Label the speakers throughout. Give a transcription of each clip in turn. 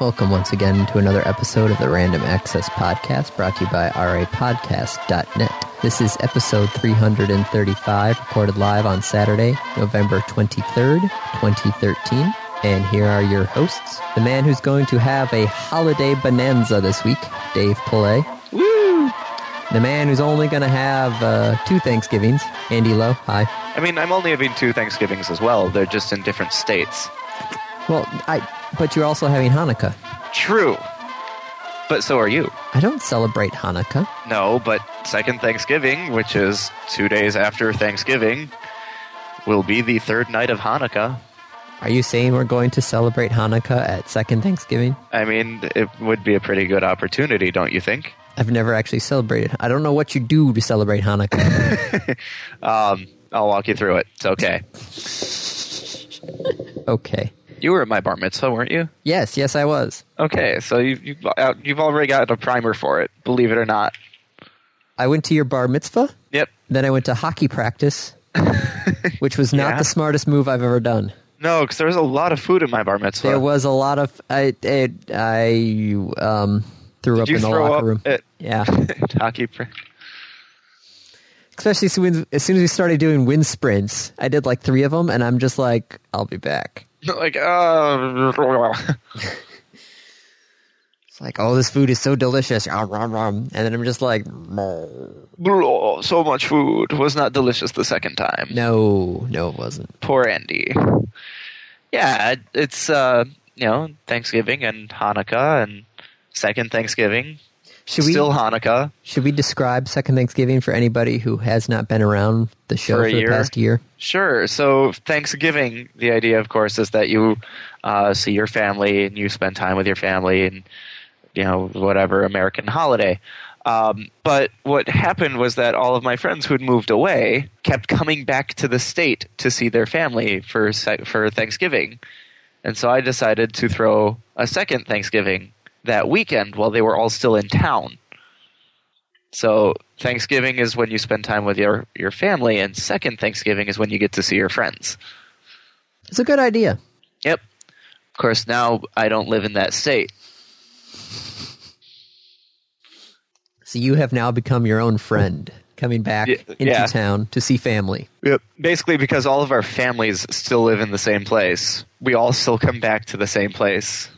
Speaker 1: Welcome once again to another episode of the Random Access Podcast brought to you by rapodcast.net. This is episode 335, recorded live on Saturday, November 23rd, 2013. And here are your hosts the man who's going to have a holiday bonanza this week, Dave Pillay.
Speaker 2: Woo!
Speaker 1: The man who's only going to have uh, two Thanksgivings, Andy Lowe. Hi.
Speaker 2: I mean, I'm only having two Thanksgivings as well. They're just in different states.
Speaker 1: Well, I. But you're also having Hanukkah.
Speaker 2: True. But so are you.
Speaker 1: I don't celebrate Hanukkah.
Speaker 2: No, but second Thanksgiving, which is two days after Thanksgiving, will be the third night of Hanukkah.
Speaker 1: Are you saying we're going to celebrate Hanukkah at second Thanksgiving?
Speaker 2: I mean, it would be a pretty good opportunity, don't you think?
Speaker 1: I've never actually celebrated. I don't know what you do to celebrate Hanukkah.
Speaker 2: Um, I'll walk you through it. It's okay.
Speaker 1: okay.
Speaker 2: You were at my bar mitzvah, weren't you?
Speaker 1: Yes, yes, I was.
Speaker 2: Okay, so you've, you've, out- you've already got a primer for it, believe it or not.
Speaker 1: I went to your bar mitzvah.
Speaker 2: Yep.
Speaker 1: Then I went to hockey practice, which was not
Speaker 2: Yeah.
Speaker 1: the smartest move I've ever done.
Speaker 2: No, because there was a lot of food at my bar mitzvah.
Speaker 1: There was a lot of I I, I um threw up
Speaker 2: you
Speaker 1: in the
Speaker 2: throw
Speaker 1: locker
Speaker 2: up
Speaker 1: room.
Speaker 2: at-
Speaker 1: yeah,
Speaker 2: Hockey pra-
Speaker 1: especially as soon- as soon as we started doing wind sprints, I did like three of them, and I'm just like, I'll be back.
Speaker 2: like uh
Speaker 1: It's like, oh, this food is so delicious, Rum, rum, rum. and then I'm just like,
Speaker 2: "Blah, so much food was not delicious the second time
Speaker 1: no, no, it wasn't.
Speaker 2: poor andy yeah it- it's uh you know thanksgiving and hanukkah and second thanksgiving
Speaker 1: Should we
Speaker 2: still hanukkah
Speaker 1: should we describe Second Thanksgiving for anybody who has not been around the show
Speaker 2: For
Speaker 1: for,
Speaker 2: a
Speaker 1: the
Speaker 2: year?
Speaker 1: past year?
Speaker 2: Sure. So Thanksgiving, the idea, of course, is that you uh, see your family and you spend time with your family and you know whatever American holiday. Um, but what happened was that all of my friends who had moved away kept coming back to the state to see their family for se- for Thanksgiving, and so I decided to throw a second Thanksgiving that weekend while they were all still in town. So Thanksgiving is when you spend time with your, your family, and second Thanksgiving is when you get to see your friends.
Speaker 1: It's a good idea.
Speaker 2: Yep. Of course, now I don't live in that state.
Speaker 1: So you have now become your own friend, coming back
Speaker 2: Yeah,
Speaker 1: into
Speaker 2: yeah.
Speaker 1: town to see family.
Speaker 2: Yep. Basically, because all of our families still live in the same place, we all still come back to the same place.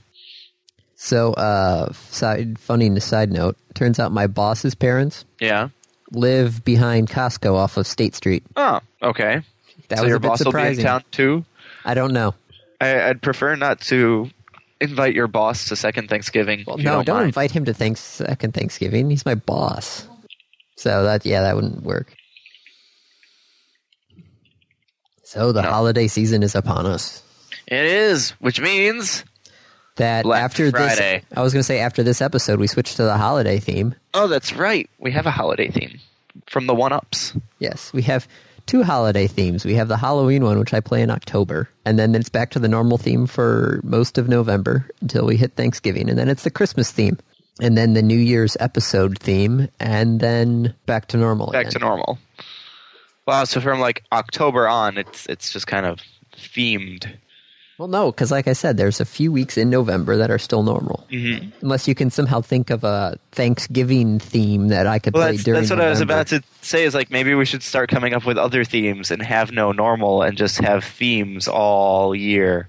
Speaker 1: So, uh, side funny side note. Turns out my boss's parents
Speaker 2: Yeah.
Speaker 1: live behind Costco off of State Street.
Speaker 2: Oh, okay.
Speaker 1: That
Speaker 2: so
Speaker 1: was
Speaker 2: your
Speaker 1: a bit
Speaker 2: boss will be in
Speaker 1: surprising.
Speaker 2: town too.
Speaker 1: I don't know.
Speaker 2: I, I'd prefer not to invite your boss to second Thanksgiving. if you
Speaker 1: no,
Speaker 2: don't,
Speaker 1: don't
Speaker 2: mind.
Speaker 1: invite him to thanks second Thanksgiving. He's my boss. So that yeah, that wouldn't work. So the holiday season is upon us.
Speaker 2: It is, which means
Speaker 1: That
Speaker 2: Black
Speaker 1: after
Speaker 2: Friday.
Speaker 1: this, I was going to say after this episode, we switch to the holiday theme.
Speaker 2: oh, that's right, we have a holiday theme from the One Ups.
Speaker 1: Yes, we have two holiday themes. We have the Halloween one, which I play in October, and then it's back to the normal theme for most of November until we hit Thanksgiving, and then it's the Christmas theme, and then the New Year's episode theme, and then back to normal.
Speaker 2: back
Speaker 1: again.
Speaker 2: to normal. Wow, so from like October on, it's it's just kind of themed.
Speaker 1: Well, no, because like I said, there's a few weeks in November that are still normal, mm-hmm. unless you can somehow think of a Thanksgiving theme that I could
Speaker 2: Well,
Speaker 1: play
Speaker 2: that's,
Speaker 1: during.
Speaker 2: that's what I was
Speaker 1: November.
Speaker 2: about to say. Is like maybe we should start coming up with other themes and have no normal and just have themes all year.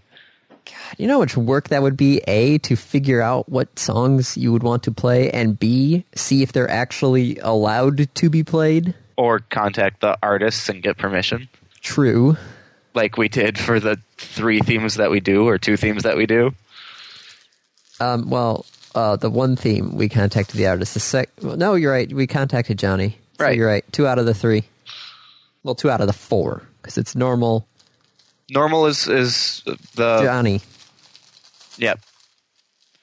Speaker 1: You know how much work that would be? A to figure out what songs you would want to play, and B see if they're actually allowed to be played.
Speaker 2: Or contact the artists and get permission,
Speaker 1: True.
Speaker 2: like we did for the three themes that we do or two themes that we do.
Speaker 1: Um, well, uh, the one theme we contacted the artist. The sec- well, no, you're right. We contacted Johnny. So
Speaker 2: Right.
Speaker 1: you're right. Two out of the three. Well, two out of the four because it's normal.
Speaker 2: Normal is is the
Speaker 1: Johnny.
Speaker 2: yep.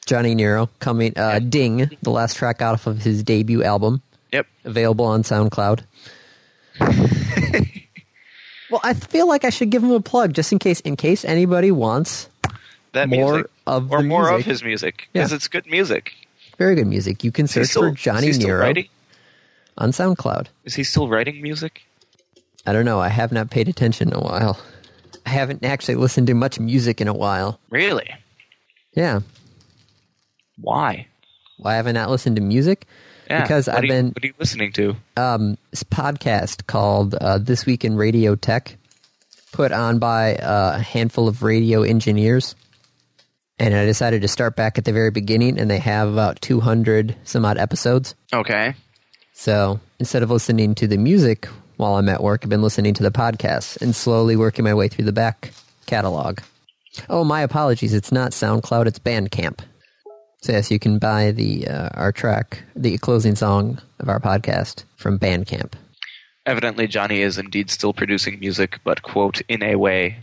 Speaker 1: Johnny Nero coming uh,
Speaker 2: Yep.
Speaker 1: Ding, the last track off of his debut album,
Speaker 2: Yep.
Speaker 1: available on SoundCloud. well, I feel like I should give him a plug just in case in case anybody wants
Speaker 2: That
Speaker 1: More
Speaker 2: music
Speaker 1: of
Speaker 2: or
Speaker 1: the
Speaker 2: more of
Speaker 1: music.
Speaker 2: his music
Speaker 1: Yeah.
Speaker 2: because it's good music.
Speaker 1: very good music. You can
Speaker 2: Is he
Speaker 1: search
Speaker 2: still-
Speaker 1: for Johnny
Speaker 2: is he still
Speaker 1: Nero
Speaker 2: writing?
Speaker 1: on SoundCloud.
Speaker 2: Is he still writing music?
Speaker 1: I don't know, I have not paid attention in a while. I haven't actually listened to much music in a while.
Speaker 2: Really?
Speaker 1: Yeah.
Speaker 2: Why?
Speaker 1: Why have I not listened to music?
Speaker 2: Yeah.
Speaker 1: Because
Speaker 2: What
Speaker 1: I've
Speaker 2: are you-
Speaker 1: been-
Speaker 2: What are you listening to?
Speaker 1: um, this podcast called uh, This Week in Radio Tech, put on by uh, a handful of radio engineers. And I decided to start back at the very beginning, and they have about 200 some odd episodes.
Speaker 2: Okay.
Speaker 1: So instead of listening to the music while I'm at work, I've been listening to the podcast and slowly working my way through the back catalog. Oh, my apologies. It's not SoundCloud, it's Bandcamp. So, yes, you can buy the uh, our track, the closing song of our podcast from Bandcamp.
Speaker 2: Evidently, Johnny is indeed still producing music, but, quote, in a way.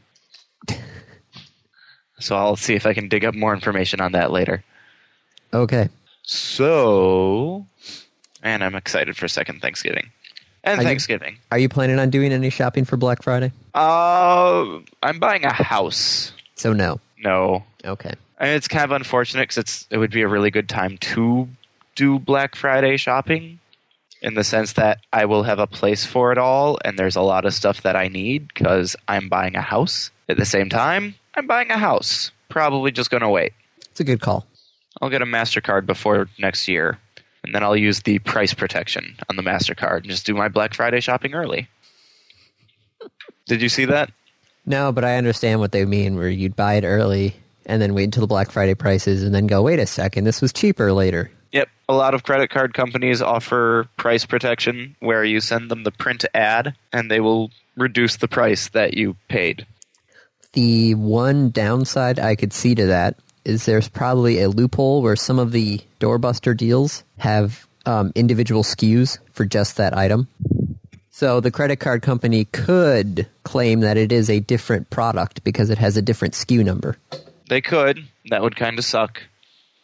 Speaker 2: so I'll see if I can dig up more information on that later.
Speaker 1: Okay.
Speaker 2: So, and I'm excited for second Thanksgiving. And
Speaker 1: Are you-
Speaker 2: Thanksgiving.
Speaker 1: Are you planning on doing any shopping for Black Friday?
Speaker 2: Uh, I'm buying a house.
Speaker 1: So, no.
Speaker 2: No.
Speaker 1: Okay.
Speaker 2: And it's kind of unfortunate because it's it would be a really good time to do Black Friday shopping, in the sense that I will have a place for it all, and there's a lot of stuff that I need because I'm buying a house. At the same time, I'm buying a house. Probably just gonna wait.
Speaker 1: It's a good call.
Speaker 2: I'll get a Mastercard before next year, and then I'll use the price protection on the Mastercard and just do my Black Friday shopping early. Did you see that?
Speaker 1: No, but I understand what they mean where you'd buy it early and then wait until the Black Friday prices and then go, wait a second, this was cheaper later.
Speaker 2: Yep. A lot of credit card companies offer price protection where you send them the print ad and they will reduce the price that you paid.
Speaker 1: The one downside I could see to that is there's probably a loophole where some of the doorbuster deals have um, individual SKUs for just that item. So the credit card company could claim that it is a different product because it has a different SKU number.
Speaker 2: They could. That would kind of suck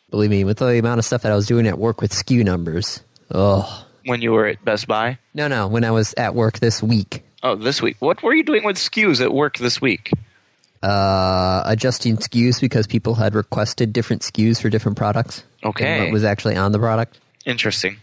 Speaker 1: Believe me, with the amount of stuff that I was doing at work with SKU numbers. Oh
Speaker 2: when you were at Best Buy.
Speaker 1: no, no! When I was at work this week,
Speaker 2: Oh, this week. What were you doing with SKUs at work this week?
Speaker 1: uh, adjusting SKUs because people had requested different SKUs for different products. than
Speaker 2: Okay.
Speaker 1: what was actually on the product.
Speaker 2: Interesting.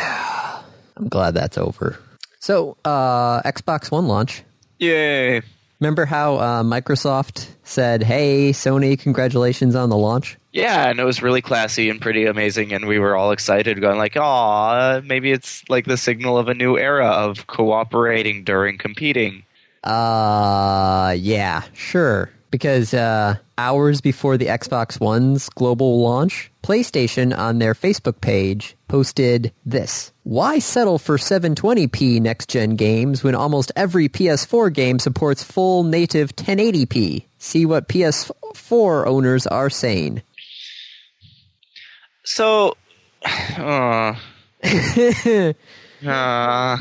Speaker 1: I'm glad that's over. So, uh, Xbox One launch.
Speaker 2: Yay.
Speaker 1: Remember how uh, Microsoft said, "Hey, Sony, congratulations on the launch."
Speaker 2: Yeah, and it was really classy and pretty amazing, and we were all excited, going like, "Aw, maybe it's like the signal of a new era of cooperating during competing."
Speaker 1: Uh, yeah, sure. Because uh, hours before the Xbox One's global launch, PlayStation on their Facebook page posted this. Why settle for 720p next gen games when almost every PS4 game supports full native 1080p? See what PS4 owners are saying.
Speaker 2: So, uh, uh,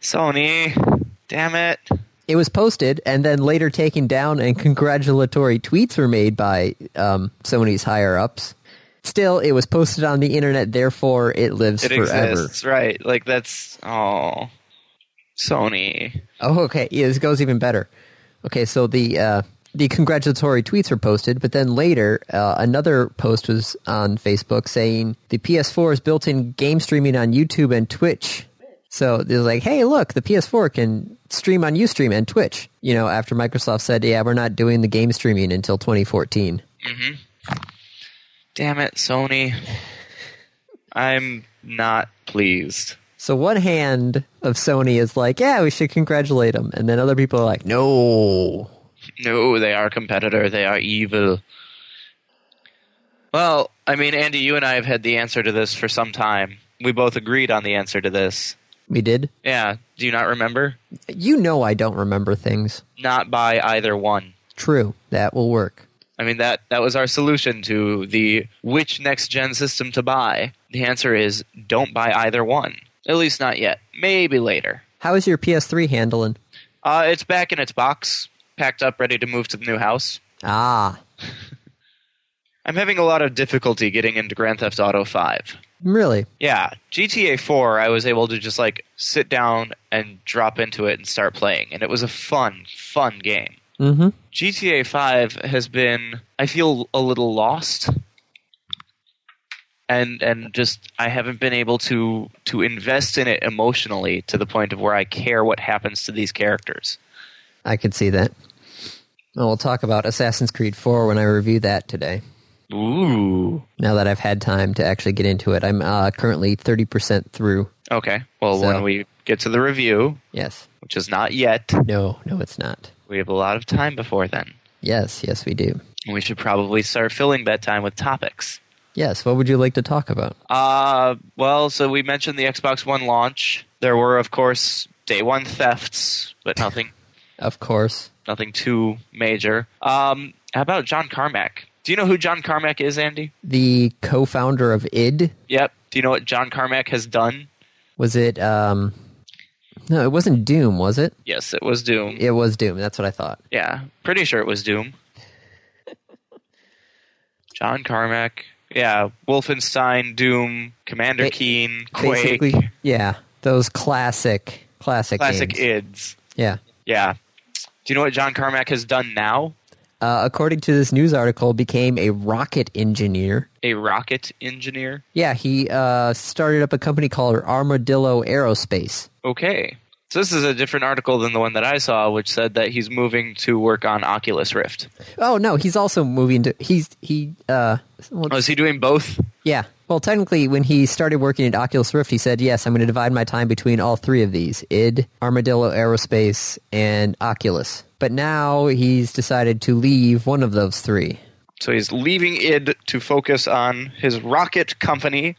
Speaker 2: Sony, damn it.
Speaker 1: It was posted and then later taken down, and congratulatory tweets were made by um, Sony's higher ups. Still, it was posted on the internet, therefore it lives
Speaker 2: It
Speaker 1: forever.
Speaker 2: exists, right? Like that's oh, Sony.
Speaker 1: Oh, okay. Yeah, this goes even better. Okay, so the uh, the congratulatory tweets were posted, but then later uh, another post was on Facebook saying the PS4 is built-in game streaming on YouTube and Twitch. So they're like, "Hey, look, the PS4 can stream on UStream and Twitch." You know, after Microsoft said, "Yeah, we're not doing the game streaming until 2014."
Speaker 2: Damn it, Sony. I'm not pleased.
Speaker 1: So one hand of Sony is like, "Yeah, we should congratulate them," and then other people are like, "No,
Speaker 2: No, they are competitor. They are evil. Well, I mean, Andy, you and I have had the answer to this for some time. We both agreed on the answer to this.
Speaker 1: we did."
Speaker 2: Yeah. Do you not remember?
Speaker 1: You know, I don't remember things.
Speaker 2: Not by either one.
Speaker 1: True. That will work.
Speaker 2: I mean that that was our solution to the which next gen system to buy. The answer is don't buy either one. At least not yet. Maybe later.
Speaker 1: How is your PS3 handling?
Speaker 2: Uh, it's back in its box, packed up, ready to move to the new house.
Speaker 1: Ah,
Speaker 2: I'm having a lot of difficulty getting into Grand Theft Auto 5.
Speaker 1: really?
Speaker 2: Yeah, GTA 4, I was able to just like sit down and drop into it and start playing, and it was a fun, fun game.
Speaker 1: Mm-hmm.
Speaker 2: GTA 5 has been I feel a little lost and and just I haven't been able to to invest in it emotionally to the point of where I care what happens to these characters.
Speaker 1: I could see that. Well, we'll talk about Assassin's Creed 4 when I review that today.
Speaker 2: Ooh.
Speaker 1: Now that I've had time to actually get into it, I'm uh, currently 30% through.
Speaker 2: Okay. Well,
Speaker 1: So-
Speaker 2: when we get to the review,
Speaker 1: Yes.
Speaker 2: which is not yet,
Speaker 1: No, no, it's not.
Speaker 2: we have a lot of time before then.
Speaker 1: Yes, yes, we do.
Speaker 2: We should probably start filling that time with topics.
Speaker 1: Yes, what would you like to talk about?
Speaker 2: Uh, well, so we mentioned the Xbox One launch. There were, of course, day one thefts, but nothing,
Speaker 1: Of course.
Speaker 2: nothing too major. Um, how about John Carmack? Do you know who John Carmack is, Andy?
Speaker 1: The co founder of id,
Speaker 2: Yep. Do you know what John Carmack has done?
Speaker 1: was it. Um, no, it wasn't Doom, was it?
Speaker 2: Yes, it was Doom.
Speaker 1: It was Doom. That's what I thought.
Speaker 2: Yeah, pretty sure it was Doom. John Carmack. Yeah, Wolfenstein, Doom, Commander
Speaker 1: Ba-
Speaker 2: Keen, Quake,
Speaker 1: Basically, yeah. Those classic, classic,
Speaker 2: classic
Speaker 1: games.
Speaker 2: IDs.
Speaker 1: Yeah.
Speaker 2: Yeah. Do you know what John Carmack has done now?
Speaker 1: Uh, according to this news article, became a rocket engineer.
Speaker 2: A rocket engineer.
Speaker 1: Yeah, he uh, started up a company called Armadillo Aerospace.
Speaker 2: Okay. So this is a different article than the one that I saw, which said that he's moving to work on Oculus Rift.
Speaker 1: Oh no, he's also moving to he's he uh well,
Speaker 2: Oh, is he doing both?
Speaker 1: yeah. Well, technically, when he started working at Oculus Rift, he said, "Yes, I'm going to divide my time between all three of these: id, Armadillo Aerospace, and Oculus." But now he's decided to leave one of those three.
Speaker 2: So he's leaving id to focus on his rocket company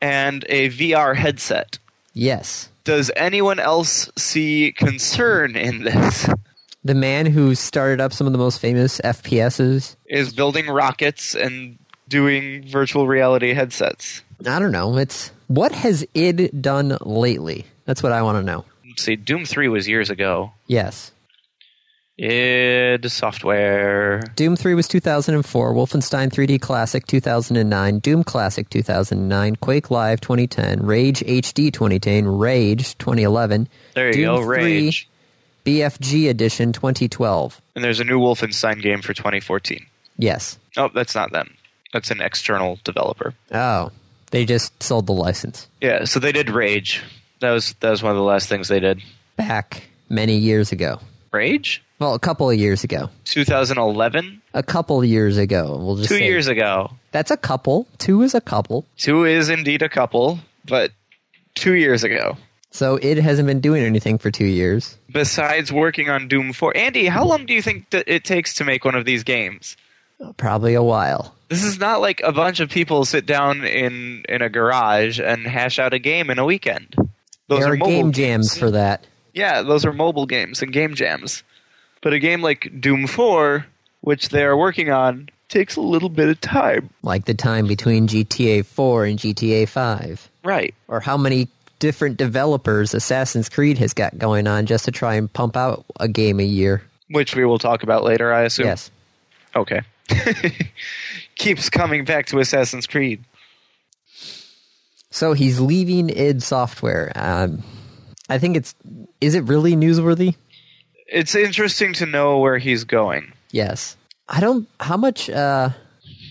Speaker 2: and a VR headset.
Speaker 1: Yes,
Speaker 2: does anyone else see concern in this?
Speaker 1: the man who started up some of the most famous FPSs.
Speaker 2: Is building rockets and doing virtual reality headsets.
Speaker 1: I don't know. It's what has id done lately? That's what I want to know.
Speaker 2: Let's see, Doom 3 was years ago.
Speaker 1: Yes.
Speaker 2: Id Software.
Speaker 1: Doom 3 was 2004, Wolfenstein 3D Classic 2009, Doom Classic 2009, Quake Live 2010, Rage HD 2010, Rage 2011.
Speaker 2: There you
Speaker 1: Doom
Speaker 2: go, Rage.
Speaker 1: 3 BFG Edition 2012.
Speaker 2: And there's a new Wolfenstein game for 2014.
Speaker 1: Yes.
Speaker 2: Oh, that's not them. That's an external developer.
Speaker 1: Oh, they just sold the license
Speaker 2: Yeah, so they did Rage. That was that was one of the last things they did.
Speaker 1: back many years ago.
Speaker 2: Rage?
Speaker 1: Well, a couple of years ago.
Speaker 2: 2011?
Speaker 1: A couple of years ago. We'll just
Speaker 2: 2
Speaker 1: say-
Speaker 2: years ago.
Speaker 1: That's a couple. Two is a couple.
Speaker 2: Two is indeed a couple, but 2 years ago.
Speaker 1: So it hasn't been doing anything for two years.
Speaker 2: besides working on Doom 4. Andy, how long do you think that it takes to make one of these games?
Speaker 1: Probably a while.
Speaker 2: This is not like a bunch of people sit down in, in a garage and hash out a game in a weekend. Those
Speaker 1: there
Speaker 2: are,
Speaker 1: are
Speaker 2: mobile
Speaker 1: game jams for that.
Speaker 2: Yeah, those are mobile games and game jams. But a game like Doom 4, which they are working on, takes a little bit of time.
Speaker 1: like the time between GTA 4 and GTA 5,
Speaker 2: Right.
Speaker 1: or how many different developers Assassin's Creed has got going on just to try and pump out a game a year.
Speaker 2: Which we will talk about later, I assume.
Speaker 1: Yes.
Speaker 2: Okay. Keeps coming back to Assassin's Creed.
Speaker 1: So he's leaving id Software. Um, I think it's. Is it really newsworthy?
Speaker 2: It's interesting to know where he's going.
Speaker 1: Yes. I don't. How much uh,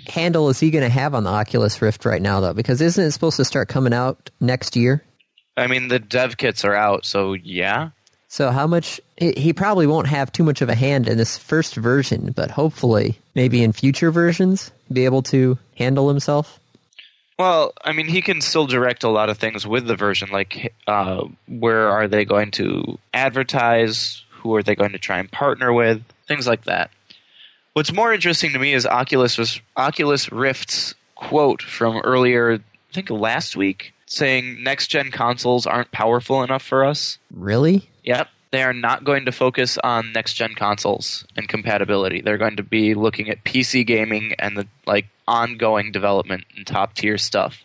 Speaker 1: handle is he going to have on the Oculus Rift right now, though? Because isn't it supposed to start coming out next year?
Speaker 2: I mean, the dev kits are out, so yeah.
Speaker 1: So how much he he probably won't have too much of a hand in this first version, but hopefully maybe in future versions be able to handle himself.
Speaker 2: Well, I mean, he can still direct a lot of things with the version, like uh, where are they going to advertise, who are they going to try and partner with, things like that. What's more interesting to me is Oculus was Oculus Rift's quote from earlier, I think last week, saying next gen consoles aren't powerful enough for us.
Speaker 1: Really?
Speaker 2: Yep. They are not going to focus on next gen consoles and compatibility. They're going to be looking at PC gaming and the like ongoing development and top tier stuff.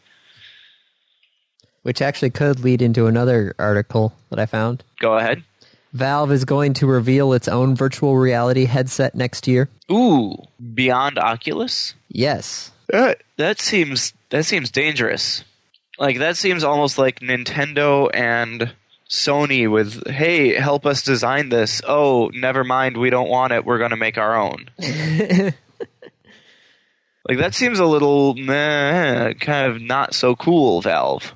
Speaker 1: Which actually could lead into another article that I found.
Speaker 2: Go ahead.
Speaker 1: Valve is going to reveal its own virtual reality headset next year.
Speaker 2: Ooh, beyond Oculus?
Speaker 1: Yes.
Speaker 2: That that seems that seems dangerous. Like that seems almost like Nintendo and Sony with, "Hey, help us design this." "Oh, never mind, we don't want it. We're going to make our own." like that seems a little meh, kind of not so cool, Valve.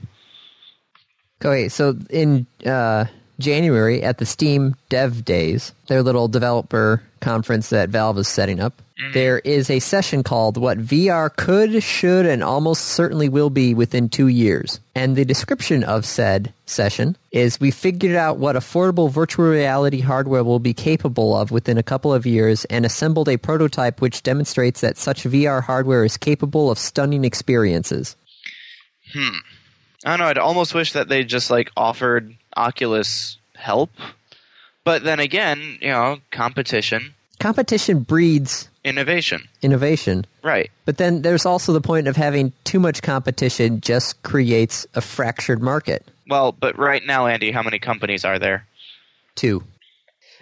Speaker 1: Okay, so in uh, January at the Steam Dev Days, their little developer conference that Valve is setting up, there is a session called What VR Could, Should, and Almost Certainly Will Be Within Two Years. And the description of said session is We figured out what affordable virtual reality hardware will be capable of within a couple of years and assembled a prototype which demonstrates that such VR hardware is capable of stunning experiences.
Speaker 2: I don't know. I'd almost wish that they just like offered Oculus help, but then again, you know, competition,
Speaker 1: Competition breeds
Speaker 2: innovation,
Speaker 1: innovation.
Speaker 2: right?
Speaker 1: But then there's also the point of having too much competition just creates a fractured market.
Speaker 2: Well, but right now, Andy, how many companies are there?
Speaker 1: Two.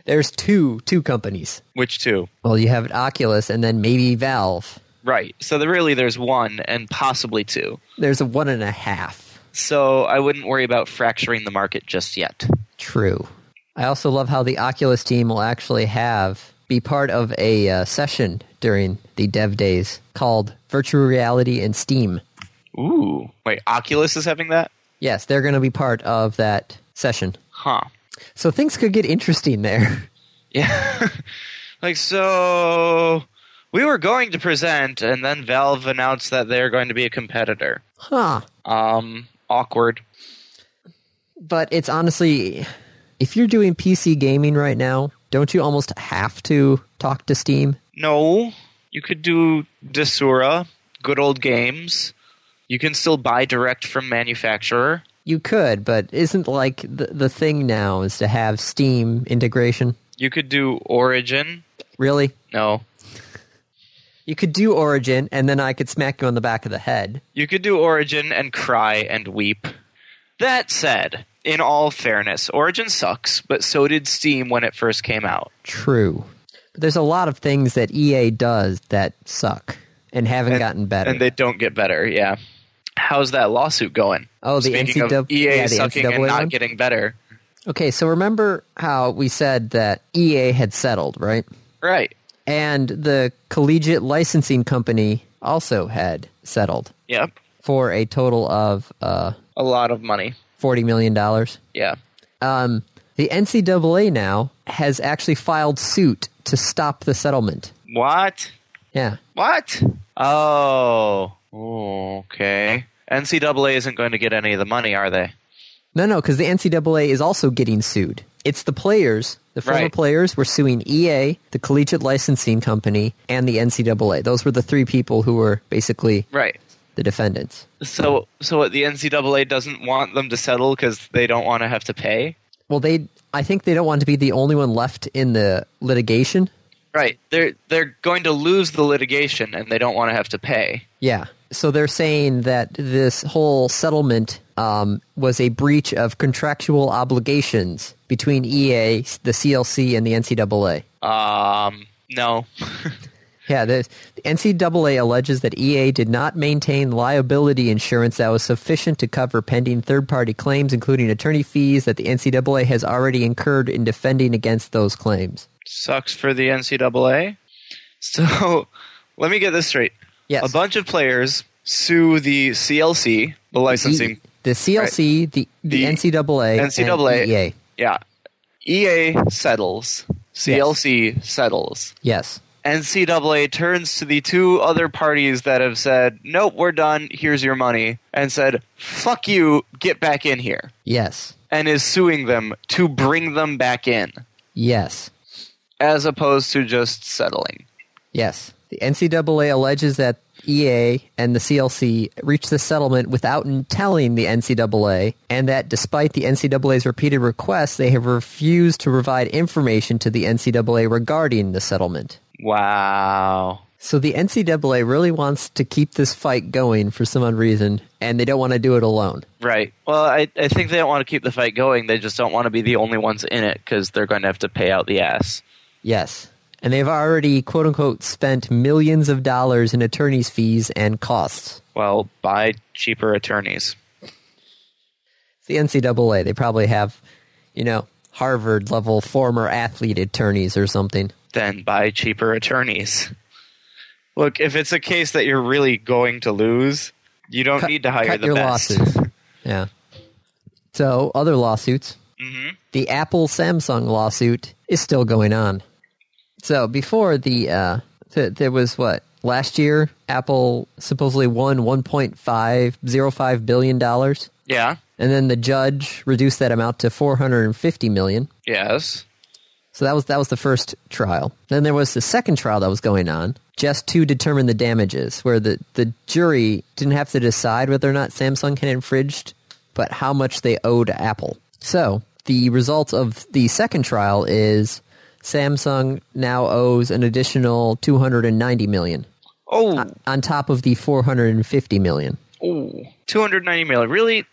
Speaker 1: There's two two companies.
Speaker 2: Which two?
Speaker 1: Well, you have Oculus and then maybe Valve.
Speaker 2: Right. So the, really, there's one and possibly two.
Speaker 1: There's a one and a half.
Speaker 2: So I wouldn't worry about fracturing the market just yet.
Speaker 1: True. I also love how the Oculus team will actually have be part of a uh, session during the dev days called Virtual Reality and Steam.
Speaker 2: Ooh. Wait, Oculus is having that?
Speaker 1: Yes, they're going to be part of that session.
Speaker 2: Huh.
Speaker 1: So things could get interesting there.
Speaker 2: Yeah. like, so we were going to present, and then Valve announced that they're going to be a competitor.
Speaker 1: Huh.
Speaker 2: Um, awkward.
Speaker 1: but it's honestly if you're doing PC gaming right now, don't you almost have to talk to Steam?
Speaker 2: No, you could do Desura, good old games. You can still buy direct from manufacturer.
Speaker 1: You could, but isn't like the, the thing now is to have Steam integration?
Speaker 2: You could do Origin.
Speaker 1: Really?
Speaker 2: No.
Speaker 1: You could do Origin and then I could smack you on the back of the head.
Speaker 2: You could do Origin and cry and weep. That said, in all fairness, Origin sucks, but so did Steam when it first came out.
Speaker 1: True. But there's a lot of things that EA does that suck and haven't gotten better.
Speaker 2: And they don't get better, yeah. How's that lawsuit going?
Speaker 1: Oh, the
Speaker 2: Speaking of
Speaker 1: NCAA
Speaker 2: EA
Speaker 1: yeah, the
Speaker 2: sucking and
Speaker 1: NCAA
Speaker 2: not
Speaker 1: one?
Speaker 2: getting better.
Speaker 1: okay, so remember how we said that EA had settled, right?
Speaker 2: Right.
Speaker 1: And the collegiate licensing company also had settled.
Speaker 2: Yep.
Speaker 1: for a total of uh,
Speaker 2: A lot of money.
Speaker 1: forty million dollars.
Speaker 2: Yeah.
Speaker 1: Um, the NCAA now has actually filed suit to stop the settlement.
Speaker 2: What?
Speaker 1: Yeah,
Speaker 2: What? Oh. Okay. NCAA isn't going to get any of the money, are they?
Speaker 1: no, no, because the NCAA is also getting sued. It's the players, the former
Speaker 2: Right.
Speaker 1: players, were suing EA, the collegiate licensing company, and the NCAA. Those were the three people who were basically
Speaker 2: Right.
Speaker 1: the defendants.
Speaker 2: So, so what, the NCAA doesn't want them to settle because they don't want to have to pay.
Speaker 1: Well, they, I think they don't want to be the only one left in the litigation.
Speaker 2: Right. They're they're going to lose the litigation, and they don't want to have to pay.
Speaker 1: Yeah. So they're saying that this whole settlement um, was a breach of contractual obligations between EA, the CLC, and the NCAA.
Speaker 2: Um. No.
Speaker 1: Yeah, this, the NCAA alleges that EA did not maintain liability insurance that was sufficient to cover pending third party claims, including attorney fees that the NCAA has already incurred in defending against those claims.
Speaker 2: Sucks for the NCAA. So, let me get this straight.
Speaker 1: Yes.
Speaker 2: A bunch of players sue the CLC, the licensing
Speaker 1: The, the CLC, the, the,
Speaker 2: The
Speaker 1: NCAA, and E
Speaker 2: NCAA.
Speaker 1: EA.
Speaker 2: Yeah. EA settles. CLC settles.
Speaker 1: Yes.
Speaker 2: NCAA turns to the two other parties that have said, nope, we're done. Here's your money. And said, fuck you. Get back in here.
Speaker 1: Yes.
Speaker 2: And is suing them to bring them back in
Speaker 1: Yes.
Speaker 2: as opposed to just settling.
Speaker 1: Yes. The NCAA alleges that EA and the CLC reached the settlement without n- telling the NCAA, and that despite the NCAA's repeated requests, they have refused to provide information to the NCAA regarding the settlement.
Speaker 2: Wow.
Speaker 1: So the NCAA really wants to keep this fight going for some odd reason, and they don't want to do it alone.
Speaker 2: Right. Well, I, I think they don't want to keep the fight going. They just don't want to be the only ones in it because they're going to have to pay out the ass.
Speaker 1: Yes. And they've already, quote unquote, spent millions of dollars in attorney's fees and costs.
Speaker 2: Well, buy cheaper attorneys.
Speaker 1: It's the NCAA. They probably have, you know, Harvard level former athlete attorneys or something.
Speaker 2: then buy cheaper attorneys. Look, if it's a case that you're really going to lose, you don't need to hire
Speaker 1: Cut
Speaker 2: the
Speaker 1: your
Speaker 2: best.
Speaker 1: losses. yeah. So other lawsuits.
Speaker 2: Mm-hmm.
Speaker 1: The Apple Samsung lawsuit is still going on. So before the uh, Th- There was what last year Apple supposedly won 1.505 billion dollars,
Speaker 2: Yeah.
Speaker 1: and then the judge reduced that amount to 450 million.
Speaker 2: Yes.
Speaker 1: So that was that was the first trial. Then there was the second trial that was going on, just to determine the damages, where the, the jury didn't have to decide whether or not Samsung had infringed, but how much they owed Apple. So the result of the second trial is Samsung now owes an additional two hundred and ninety million
Speaker 2: Oh,
Speaker 1: on top of the four hundred and fifty million.
Speaker 2: ooh, 290 million. Really?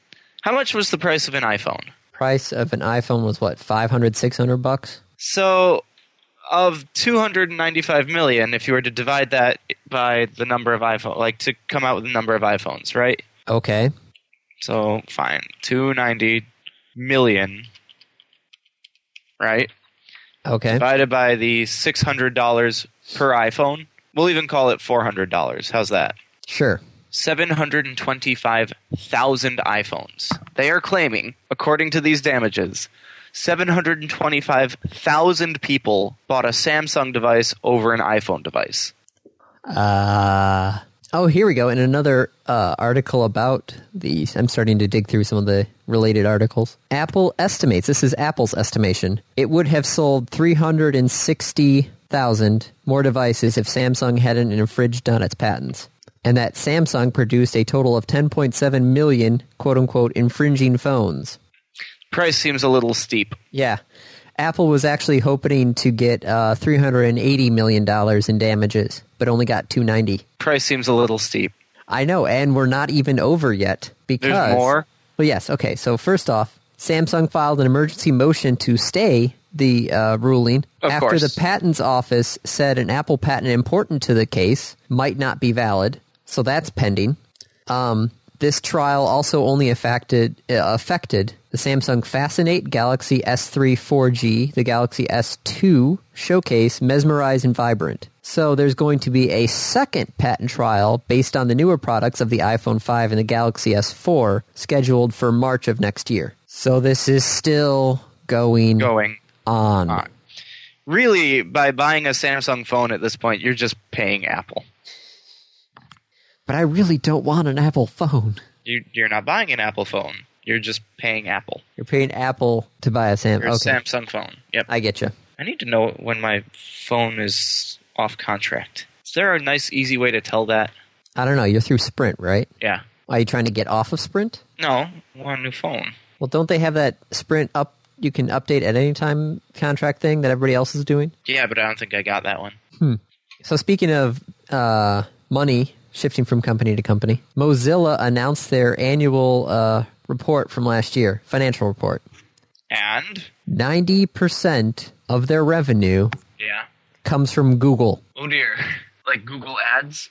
Speaker 2: How much was the price of an iPhone?
Speaker 1: Price of an iPhone was what, 500, 600 bucks?
Speaker 2: So, of 295 million, if you were to divide that by the number of iPhone, like to come out with the number of iPhones, right?
Speaker 1: Okay.
Speaker 2: So, fine. 290 million, right?
Speaker 1: Okay.
Speaker 2: Divided by the $600 per iPhone. We'll even call it $400. How's that?
Speaker 1: Sure.
Speaker 2: 725,000 iPhones. They are claiming, according to these damages, 725,000 people bought a Samsung device over an iPhone device.
Speaker 1: Uh, oh, here we go. In another uh, article about the, I'm starting to dig through some of the related articles. Apple estimates, this is Apple's estimation, it would have sold 360,000 more devices if Samsung hadn't infringed on its patents. And that Samsung produced a total of 10.7 million quote unquote infringing phones.
Speaker 2: Price seems a little steep.
Speaker 1: Yeah. Apple was actually hoping to get uh, $380 million in damages, but only got 290
Speaker 2: Price seems a little steep.
Speaker 1: I know, and we're not even over yet because
Speaker 2: more?
Speaker 1: Well, yes. Okay, so first off, Samsung filed an emergency motion to stay the uh, ruling
Speaker 2: Of
Speaker 1: after
Speaker 2: course.
Speaker 1: the patents office said an Apple patent important to the case might not be valid. So that's pending. Um, this trial also only affected uh, affected the Samsung Fascinate, Galaxy S3 4G, the Galaxy S2 Showcase, Mesmerize, and Vibrant. So there's going to be a second patent trial based on the newer products of the iPhone 5 and the Galaxy S4, scheduled for March of next year. So this is still going,
Speaker 2: Going.
Speaker 1: on.
Speaker 2: Really, by buying a Samsung phone at this point, you're just paying Apple.
Speaker 1: But I really don't want an Apple phone.
Speaker 2: You, you're not buying an Apple phone. You're just paying Apple.
Speaker 1: You're paying Apple to buy a Sam.
Speaker 2: You're
Speaker 1: Okay,
Speaker 2: a Samsung phone. Yep.
Speaker 1: I get you.
Speaker 2: I need to know when my phone is off contract. Is there a nice, easy way to tell that?
Speaker 1: I don't know. You're through Sprint, right?
Speaker 2: Yeah.
Speaker 1: Are you trying to get off of Sprint?
Speaker 2: No, I want a new phone.
Speaker 1: Well, don't they have that Sprint up? You can update at any time contract thing that everybody else is doing.
Speaker 2: Yeah, but I don't think I got that one.
Speaker 1: So speaking of uh, money shifting from company to company, Mozilla announced their annual uh, report from last year, financial report.
Speaker 2: And
Speaker 1: Ninety percent of their revenue
Speaker 2: yeah.
Speaker 1: comes from Google.
Speaker 2: Oh dear. Like Google Ads.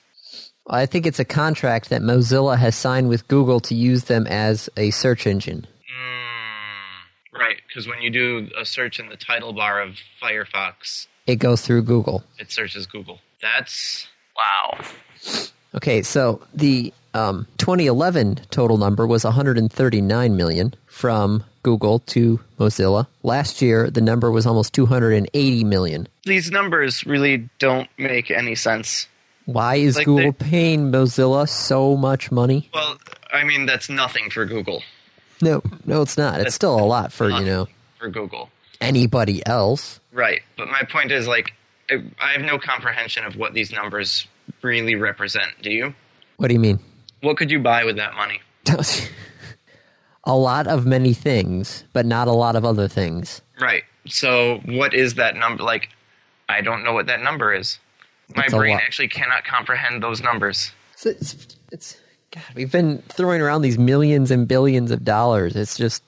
Speaker 1: I think it's a contract that Mozilla has signed with Google to use them as a search engine.
Speaker 2: Mm, right, because when you do a search in the title bar of Firefox,
Speaker 1: It goes through Google.
Speaker 2: it searches Google. That's wow.
Speaker 1: Okay, so the um, 2011 total number was 139 million from Google to Mozilla. Last year, the number was almost 280 million.
Speaker 2: These numbers really don't make any sense.
Speaker 1: Why is
Speaker 2: Like
Speaker 1: Google paying Mozilla so much money?
Speaker 2: Well, I mean that's nothing for Google.
Speaker 1: No, no, it's not. It's still a lot for you know
Speaker 2: For Google.
Speaker 1: anybody else.
Speaker 2: Right, but my point is like I I have no comprehension of what these numbers really represent. Do you?
Speaker 1: What do you mean?
Speaker 2: What could you buy with that money?
Speaker 1: a lot of many things, but not a lot of other things.
Speaker 2: Right. So what is that number like? I don't know what that number is. My
Speaker 1: It's a
Speaker 2: brain
Speaker 1: lot.
Speaker 2: actually cannot comprehend those numbers.
Speaker 1: It's, it's, it's God. We've been throwing around these millions and billions of dollars. It's just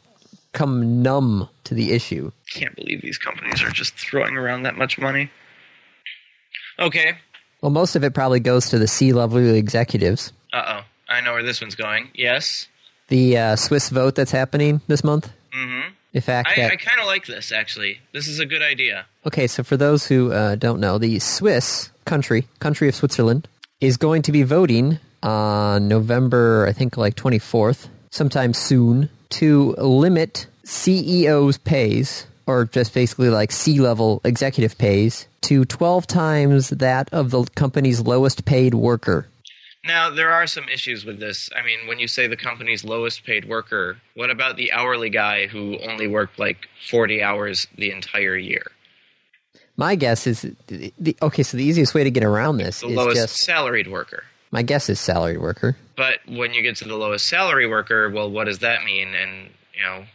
Speaker 1: come numb to the issue.
Speaker 2: Can't believe these companies are just throwing around that much money. Okay.
Speaker 1: Well, most of it probably goes to the C-level executives.
Speaker 2: Uh oh. I know where this one's going. Yes.
Speaker 1: The uh, Swiss vote that's happening this month.
Speaker 2: Mm-hmm.
Speaker 1: In fact,
Speaker 2: I,
Speaker 1: that,
Speaker 2: I kind of like this actually. This is a good idea.
Speaker 1: okay. So for those who uh, don't know, the Swiss country, country of Switzerland, is going to be voting on November, I think, like twenty fourth, sometime soon, to limit CEOs' E pays or just basically like C level executive pays, to 12 times that of the company's lowest paid worker.
Speaker 2: Now, there are some issues with this. I mean, when you say the company's lowest paid worker, what about the hourly guy who only worked like 40 hours the entire year?
Speaker 1: My guess is the, okay, so the easiest way to get around this
Speaker 2: The
Speaker 1: is
Speaker 2: lowest
Speaker 1: just
Speaker 2: salaried worker.
Speaker 1: my guess is salary worker.
Speaker 2: But when you get to the lowest salary worker, well, what does that mean? And, you know,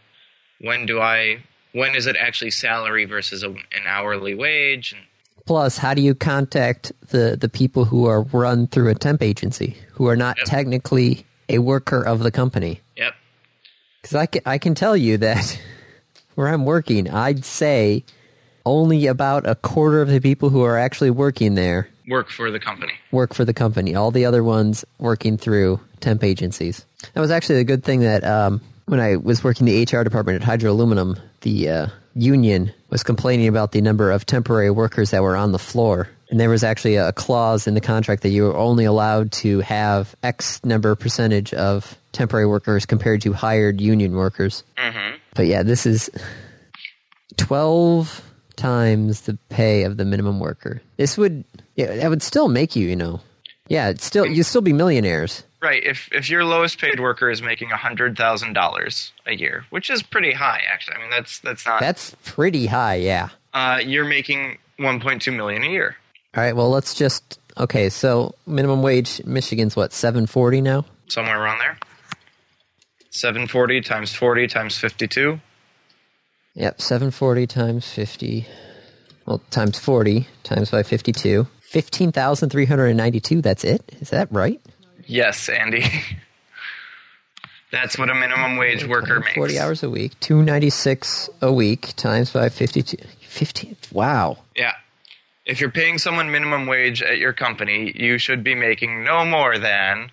Speaker 2: when do I, when is it actually salary versus a, an hourly wage? And
Speaker 1: Plus, how do you contact the, the people who are run through a temp agency who are not
Speaker 2: Yep.
Speaker 1: technically a worker of the company?
Speaker 2: Yep.
Speaker 1: Because I can, I can tell you that where I'm working, I'd say only about a quarter of the people who are actually working there
Speaker 2: Work for the company.
Speaker 1: work for the company. All the other ones working through temp agencies. That was actually a good thing that um, when I was working the HR department at Hydro Aluminum, the uh, union was complaining about the number of temporary workers that were on the floor. And there was actually a clause in the contract that you were only allowed to have X number percentage of temporary workers compared to hired union workers.
Speaker 2: Mm-hmm.
Speaker 1: But yeah, this is 12 times the pay of the minimum worker. This would yeah, that would still make you, you know. Yeah, it's still you'd still be millionaires.
Speaker 2: Right. If if your lowest paid worker is making hundred thousand dollars a year, which is pretty high, actually. I mean, that's that's not.
Speaker 1: That's pretty high, yeah.
Speaker 2: uh, you're making one point two million a year.
Speaker 1: All right, well, let's just Okay, so minimum wage Michigan's what, 740 now?
Speaker 2: somewhere around there. 740 times 40 times 52.
Speaker 1: Yep, 740 times 50. Well, times 40 times by 52. 15,392, that's it? Is that right?
Speaker 2: Yes, Andy. That's what a minimum wage worker makes.
Speaker 1: 40 hours a week, 296 a week times by 52 15 Wow.
Speaker 2: Yeah. If you're paying someone minimum wage at your company, you should be making no more than.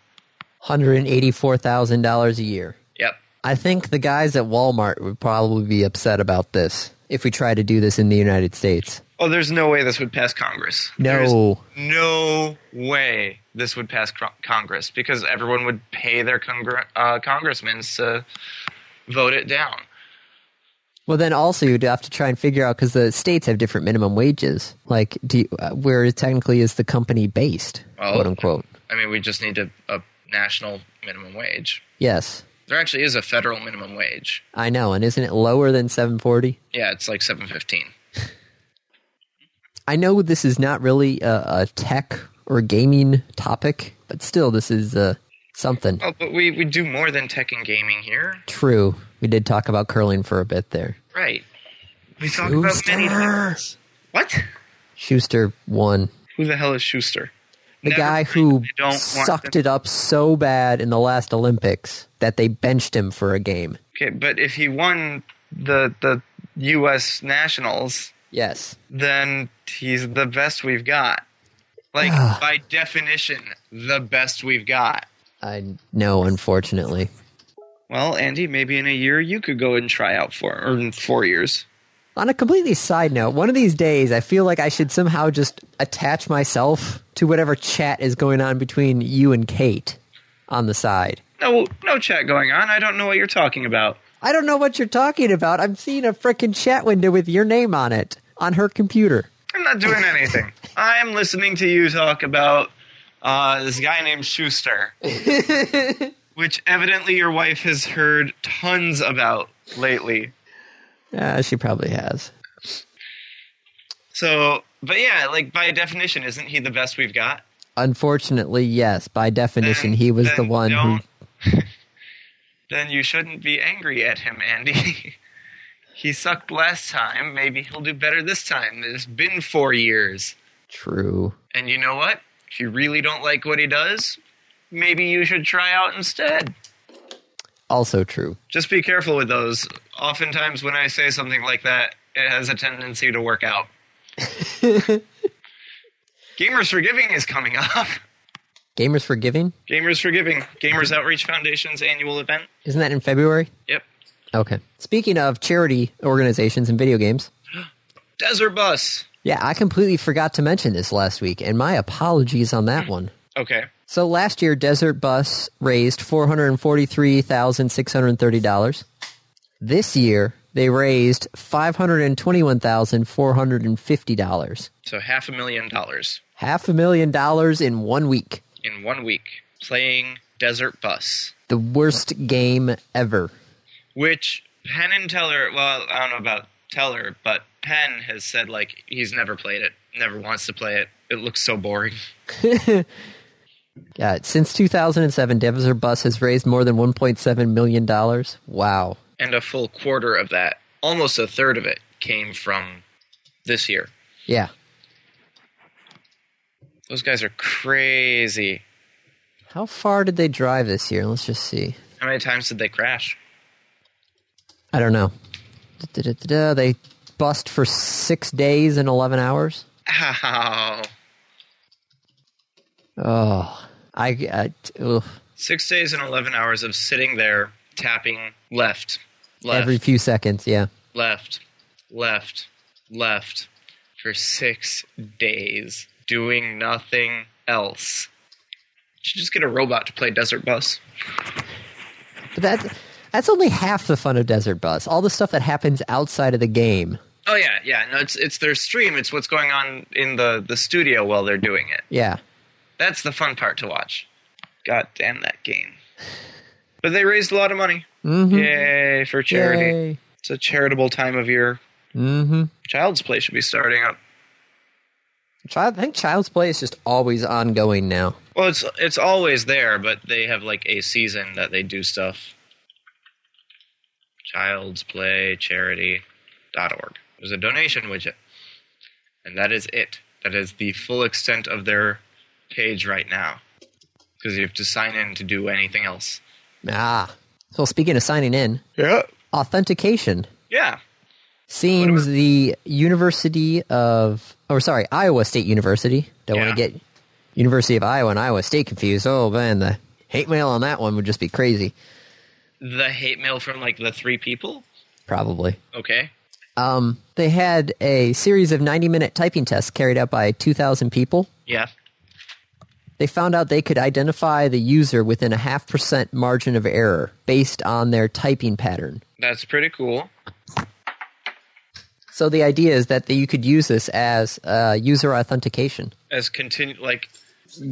Speaker 1: $184,000 a year.
Speaker 2: Yep.
Speaker 1: I think the guys at Walmart would probably be upset about this if we try to do this in the United States.
Speaker 2: Oh, there's no way this would pass Congress. There's
Speaker 1: No.
Speaker 2: no way this would pass cro- Congress because everyone would pay their congr- uh, congressmen to vote it down.
Speaker 1: Well, then also you'd have to try and figure out because the states have different minimum wages. Like, do you, uh, where technically is the company based,
Speaker 2: Well-
Speaker 1: quote unquote?
Speaker 2: I mean, we just need a, a national minimum wage.
Speaker 1: Yes,
Speaker 2: There actually is a federal minimum wage.
Speaker 1: I know. And isn't it lower than 740?
Speaker 2: Yeah, it's like seven fifteen.
Speaker 1: I know this is not really a, a tech or gaming topic, but still, this is uh, something.
Speaker 2: Oh, but we, we do more than tech and gaming here,
Speaker 1: True. We did talk about curling for a bit there.
Speaker 2: right? We talk about many
Speaker 1: Schuster.
Speaker 2: things. What?
Speaker 1: Schuster won.
Speaker 2: Who the hell is Schuster?
Speaker 1: The guy who sucked it up so bad in the last Olympics that they benched him for a game.
Speaker 2: Okay, but if he won the the U.S. nationals,
Speaker 1: Yes.
Speaker 2: then he's the best we've got. Like by definition, the best we've got.
Speaker 1: I know, unfortunately.
Speaker 2: Well, Andy, maybe in a year you could go and try out for, or in four years.
Speaker 1: On a completely side note, one of these days I feel like I should somehow just attach myself to whatever chat is going on between you and Kate on the side.
Speaker 2: No, no chat going on. I don't know what you're talking about.
Speaker 1: I don't know what you're talking about. I'm seeing a freaking chat window with your name on it on her computer.
Speaker 2: I'm not doing anything. I'm listening to you talk about uh, this guy named Schuster, which evidently your wife has heard tons about lately.
Speaker 1: Uh, she probably has.
Speaker 2: So, but yeah, like by definition, isn't he the best we've got?
Speaker 1: Unfortunately, yes. By definition,
Speaker 2: Then-
Speaker 1: he was the
Speaker 2: then
Speaker 1: one who
Speaker 2: don't- then you shouldn't be angry at him, Andy. he sucked last time. Maybe he'll do better this time. It's been four years.
Speaker 1: True.
Speaker 2: And you know what? If you really don't like what he does, maybe you should try out instead.
Speaker 1: Also true.
Speaker 2: Just be careful with those. Oftentimes, when I say something like that, it has a tendency to work out. Gamers Forgiving is coming up.
Speaker 1: Gamers for Giving?
Speaker 2: Gamers Forgiving, Gamers Outreach Foundation's annual event.
Speaker 1: Isn't that in February?
Speaker 2: Yep.
Speaker 1: Okay. Speaking of charity organizations and video games,
Speaker 2: Desert Bus.
Speaker 1: yeah, I completely forgot to mention this last week, and my apologies on that one.
Speaker 2: Okay.
Speaker 1: So last year, Desert Bus raised $443,630. This year, they raised five hundred and twenty-one thousand four hundred and fifty dollars.
Speaker 2: So half a million dollars
Speaker 1: Half a million dollars in one week.
Speaker 2: in one week playing Desert Bus,
Speaker 1: The worst game ever.
Speaker 2: which Penn and Teller, well, I don't know about Teller, but Penn has said like he's never played it, never wants to play it. It looks so boring.
Speaker 1: God, Uh, since 2007, Devonshire Bus has raised more than 1.7 million dollars. Wow.
Speaker 2: And a full quarter of that, almost a third of it, came from this year.
Speaker 1: Yeah.
Speaker 2: Those guys are crazy.
Speaker 1: How far did they drive this year? Let's just see.
Speaker 2: How many times did they crash?
Speaker 1: I don't know. Da-da-da-da-da. They bust for six days and 11 hours.
Speaker 2: Ow.
Speaker 1: Oh, I, I ugh.
Speaker 2: Six days and 11 hours of sitting there tapping left, left,
Speaker 1: every few seconds. Yeah.
Speaker 2: left, left, left for six days doing nothing else. Should just get a robot to play Desert Bus.
Speaker 1: But that that's only half the fun of Desert Bus. All the stuff that happens outside of the game.
Speaker 2: Oh yeah, yeah. No, it's it's their stream. It's what's going on in the the studio while they're doing it.
Speaker 1: Yeah.
Speaker 2: That's the fun part to watch. God damn that game! But they raised a lot of money.
Speaker 1: Mm-hmm.
Speaker 2: Yay for charity! It's a charitable time of year.
Speaker 1: Mm-hmm.
Speaker 2: Child's Play should be starting up.
Speaker 1: Child, I think Child's Play is just always ongoing now.
Speaker 2: Well, it's it's always there, but they have like a season that they do stuff. Child's Play Charity dot org. There's a donation widget, and that is it. That is the full extent of their page right now, because you have to sign in to do anything else.
Speaker 1: Ah. So speaking of signing in,
Speaker 2: Yeah.
Speaker 1: authentication
Speaker 2: Yeah.
Speaker 1: seems the University of, or sorry, Iowa State University. Don't want
Speaker 2: Yeah.
Speaker 1: to get University of Iowa and Iowa State confused. Oh man, the hate mail on that one would just be crazy.
Speaker 2: The hate mail from like the three people.
Speaker 1: Probably.
Speaker 2: Okay.
Speaker 1: Um, they had a series of 90 minute typing tests carried out by 2,000 people.
Speaker 2: Yeah.
Speaker 1: They found out they could identify the user within a half percent margin of error based on their typing pattern.
Speaker 2: That's pretty cool.
Speaker 1: So the idea is that you could use this as uh, user authentication.
Speaker 2: as continue like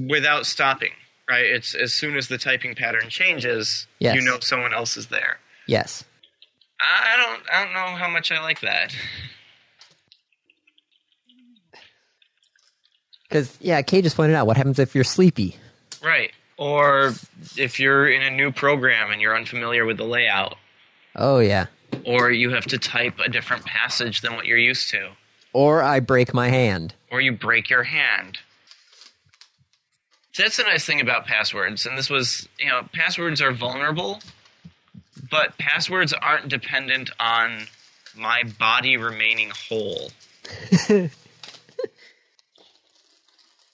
Speaker 2: without stopping right it's as soon as the typing pattern changes
Speaker 1: Yes.
Speaker 2: you know someone else is there
Speaker 1: Yes.
Speaker 2: i I don't i don't know how much i like that
Speaker 1: Because, yeah, Kay just pointed out what happens if you're sleepy.
Speaker 2: right or if you're in a new program and you're unfamiliar with the layout
Speaker 1: Oh, yeah.
Speaker 2: or you have to type a different passage than what you're used to
Speaker 1: Or I break my hand.
Speaker 2: or you break your hand that's the nice thing about passwords and this was you know passwords are vulnerable but passwords aren't dependent on my body remaining whole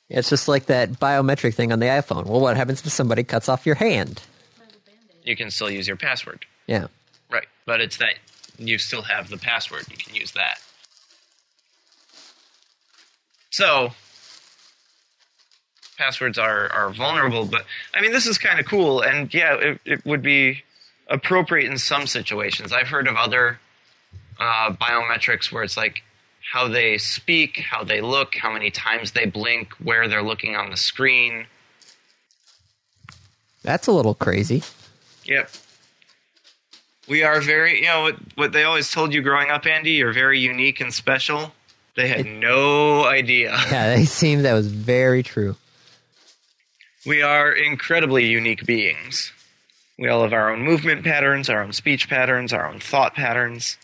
Speaker 1: It's just like that biometric thing on the iPhone. Well, what happens if somebody cuts off your hand?
Speaker 2: you can still use your password.
Speaker 1: Yeah.
Speaker 2: Right. But it's that you still have the password. You can use that. So passwords are, are vulnerable, but I mean this is kind of cool and yeah, it, it would be appropriate in some situations. I've heard of other uh, biometrics where it's like how they speak, how they look, how many times they blink, where they're looking on the screen.
Speaker 1: That's a little crazy.
Speaker 2: Yep. We are very, you know, what, what they always told you growing up, Andy, you're very unique and special. They had no idea.
Speaker 1: Yeah, it seems that was very true.
Speaker 2: We are incredibly unique beings. We all have our own movement patterns, our own speech patterns, our own thought patterns.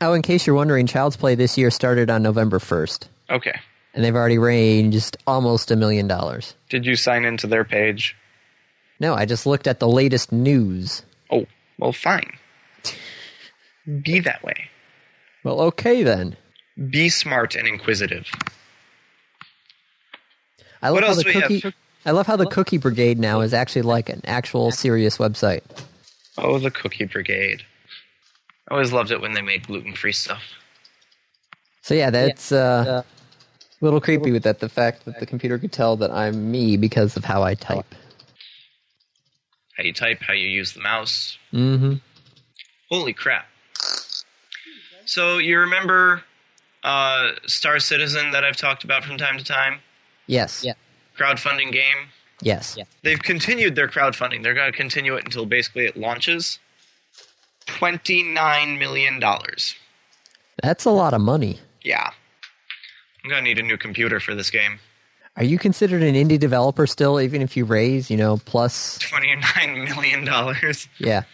Speaker 1: Oh, in case you're wondering, Child's Play this year started on November 1st,
Speaker 2: Okay.
Speaker 1: and they've already raised almost a million dollars.
Speaker 2: Did you sign into their page?
Speaker 1: No, I just looked at the latest news.
Speaker 2: Oh, well, fine. Be that way.
Speaker 1: Well, okay then.
Speaker 2: Be smart and inquisitive.
Speaker 1: I love
Speaker 2: What
Speaker 1: how
Speaker 2: else
Speaker 1: the
Speaker 2: do we have?
Speaker 1: cookie. I love how the Cookie Brigade now is actually like an actual serious website.
Speaker 2: Oh, the Cookie Brigade. I always loved it when they made gluten free stuff.
Speaker 1: So yeah, that's uh, a little creepy with that. The fact that the computer could tell that I'm me because of how I type.
Speaker 2: How you type, how you use the mouse,
Speaker 1: Mm-hmm.
Speaker 2: Holy crap. So you remember uh, Star Citizen that I've talked about from time to time?
Speaker 1: Yes.
Speaker 3: Yeah.
Speaker 2: Crowdfunding game.
Speaker 1: Yes.
Speaker 3: Yeah.
Speaker 2: They've continued their crowdfunding. They're going to continue it until basically it launches. $29 million.
Speaker 1: That's a lot of money.
Speaker 2: Yeah. I'm going to need a new computer for this game.
Speaker 1: Are you considered an indie developer still, even if you raise, you know, plus?
Speaker 2: $29 million.
Speaker 1: Yeah.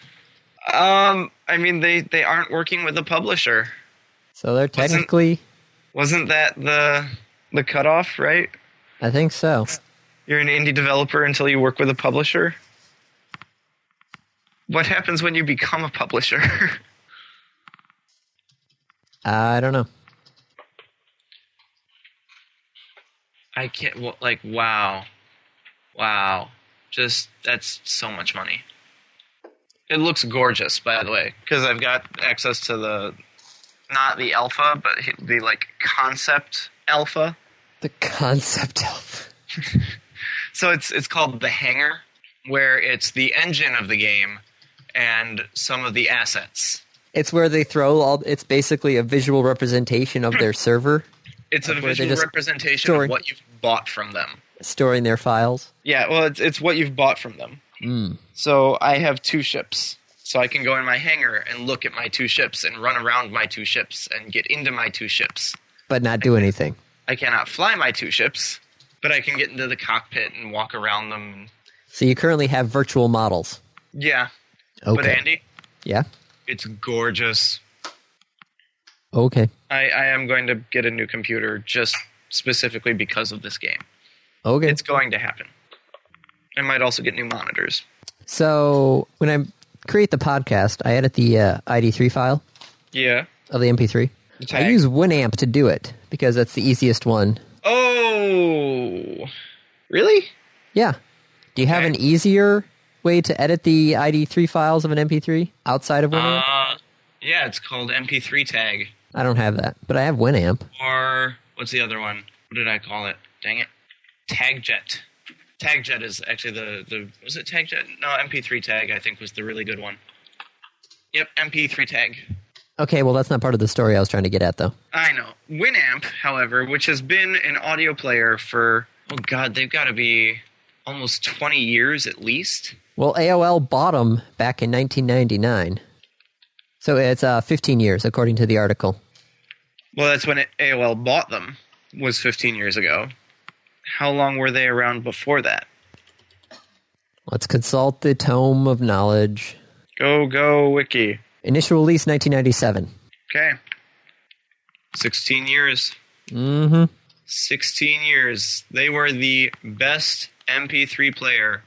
Speaker 2: Um, I mean, they, they aren't working with a publisher.
Speaker 1: So they're technically,
Speaker 2: Wasn't that the the cutoff, right?
Speaker 1: I think so.
Speaker 2: You're an indie developer until you work with a publisher. What happens when you become a publisher?
Speaker 1: I don't know.
Speaker 2: I can't. wa- Like, wow, wow, just that's so much money. It looks gorgeous, by the way, because I've got access to the not the alpha, but the like concept alpha.
Speaker 1: The concept of.
Speaker 2: So it's it's called the hangar, where it's the engine of the game and some of the assets.
Speaker 1: It's where they throw all. It's basically a visual representation of their server,
Speaker 2: It's a
Speaker 1: Like where they
Speaker 2: visual
Speaker 1: just-
Speaker 2: representation
Speaker 1: Sorry.
Speaker 2: of what you've bought from them.
Speaker 1: storing their files.
Speaker 2: Yeah, well, it's it's what you've bought from them.
Speaker 1: Mm.
Speaker 2: So I have two ships, so I can go in my hangar and look at my two ships and run around my two ships and get into my two ships.
Speaker 1: But not do anything.
Speaker 2: I cannot fly my two ships, but I can get into the cockpit and walk around them.
Speaker 1: So you currently have virtual models.
Speaker 2: Yeah,
Speaker 1: Okay.
Speaker 2: but Andy,
Speaker 1: yeah.
Speaker 2: it's gorgeous.
Speaker 1: Okay.
Speaker 2: I, I am going to get a new computer just specifically because of this game.
Speaker 1: Okay.
Speaker 2: It's going to happen. I might also get new monitors.
Speaker 1: so when I create the podcast, I edit the uh, ID3 file
Speaker 2: Yeah.
Speaker 1: of the MP3. I
Speaker 2: tag.
Speaker 1: use Winamp to do it because that's the easiest one.
Speaker 2: Oh, really?
Speaker 1: Yeah. Do you have
Speaker 2: Okay.
Speaker 1: an easier way to edit the ID3 files of an MP3 outside of Winamp?
Speaker 2: Uh, yeah, it's called MP3 tag.
Speaker 1: I don't have that, but I have Winamp.
Speaker 2: Or what's the other one? What did I call it? Dang it. TagJet. TagJet is actually the, the was it TagJet? No, MP3 tag I think was the really good one. Yep, MP3 tag.
Speaker 1: Okay, well, that's not part of the story I was trying to get at, though.
Speaker 2: I know. Winamp, however, which has been an audio player for oh god, they've got to be almost 20 years at least.
Speaker 1: Well, AOL bought 'em back in 1999. So it's uh, 15 years, according to the article.
Speaker 2: Well, that's when AOL bought them was 15 years ago. How long were they around before that?
Speaker 1: Let's consult the tome of knowledge.
Speaker 2: Go go wiki.
Speaker 1: Initial release 1997.
Speaker 2: Okay. 16 years.
Speaker 1: Mm-hmm.
Speaker 2: 16 years. They were the best MP3 player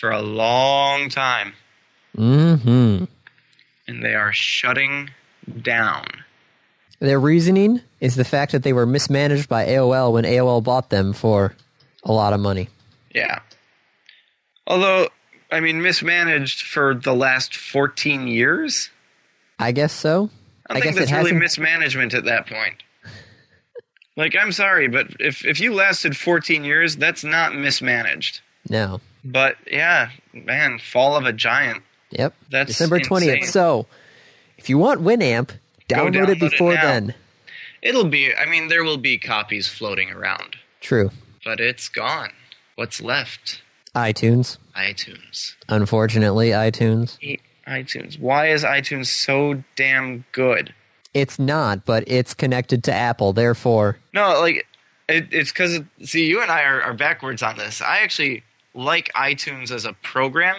Speaker 2: for a long time,
Speaker 1: Mm-hmm.
Speaker 2: and they are shutting down.
Speaker 1: Their reasoning is the fact that they were mismanaged by AOL when AOL bought them for a lot of money.
Speaker 2: Yeah. Although, I mean, mismanaged for the last 14 years?
Speaker 1: I guess so.
Speaker 2: I, think
Speaker 1: guess
Speaker 2: that's
Speaker 1: it
Speaker 2: really
Speaker 1: hasn't-
Speaker 2: mismanagement at that point. Like, I'm sorry, but if, if you lasted 14 years, that's not mismanaged.
Speaker 1: no.
Speaker 2: But yeah, man, fall of a giant.
Speaker 1: Yep.
Speaker 2: That's
Speaker 1: December 20th.
Speaker 2: insane.
Speaker 1: So if you want Winamp, download,
Speaker 2: download
Speaker 1: it
Speaker 2: it
Speaker 1: before
Speaker 2: now.
Speaker 1: then.
Speaker 2: It'll be, I mean, there will be copies floating around,
Speaker 1: True.
Speaker 2: but it's gone. What's left?
Speaker 1: iTunes.
Speaker 2: iTunes.
Speaker 1: Unfortunately, iTunes.
Speaker 2: Hate iTunes. Why is iTunes so damn good?
Speaker 1: It's not, but it's connected to Apple. Therefore,
Speaker 2: No, like, it, it's because, see, you and I are, are backwards on this. I actually like iTunes as a program.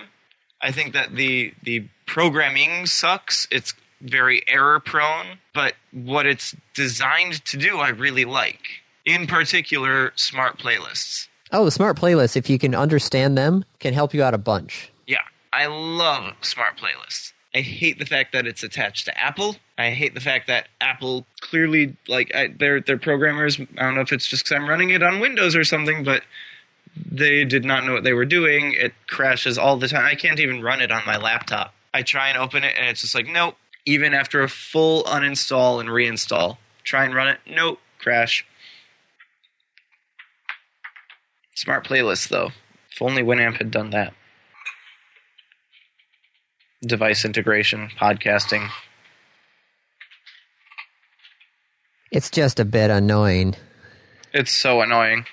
Speaker 2: I think that the, the programming sucks. It's very error prone, but what it's designed to do, I really like. In particular, smart playlists.
Speaker 1: oh, the smart playlists, if you can understand them, can help you out a bunch.
Speaker 2: Yeah, I love smart playlists. I hate the fact that it's attached to Apple. I hate the fact that Apple clearly like I, their their programmers. I don't know if it's just because I'm running it on Windows or something, but they did not know what they were doing. It crashes all the time. I can't even run it on my laptop. I try and open it, and it's just like nope. Even after a full uninstall and reinstall, try and run it. Nope, crash. Smart playlists though. If only Winamp had done that device integration, podcasting.
Speaker 1: It's just a bit annoying.
Speaker 2: It's so annoying.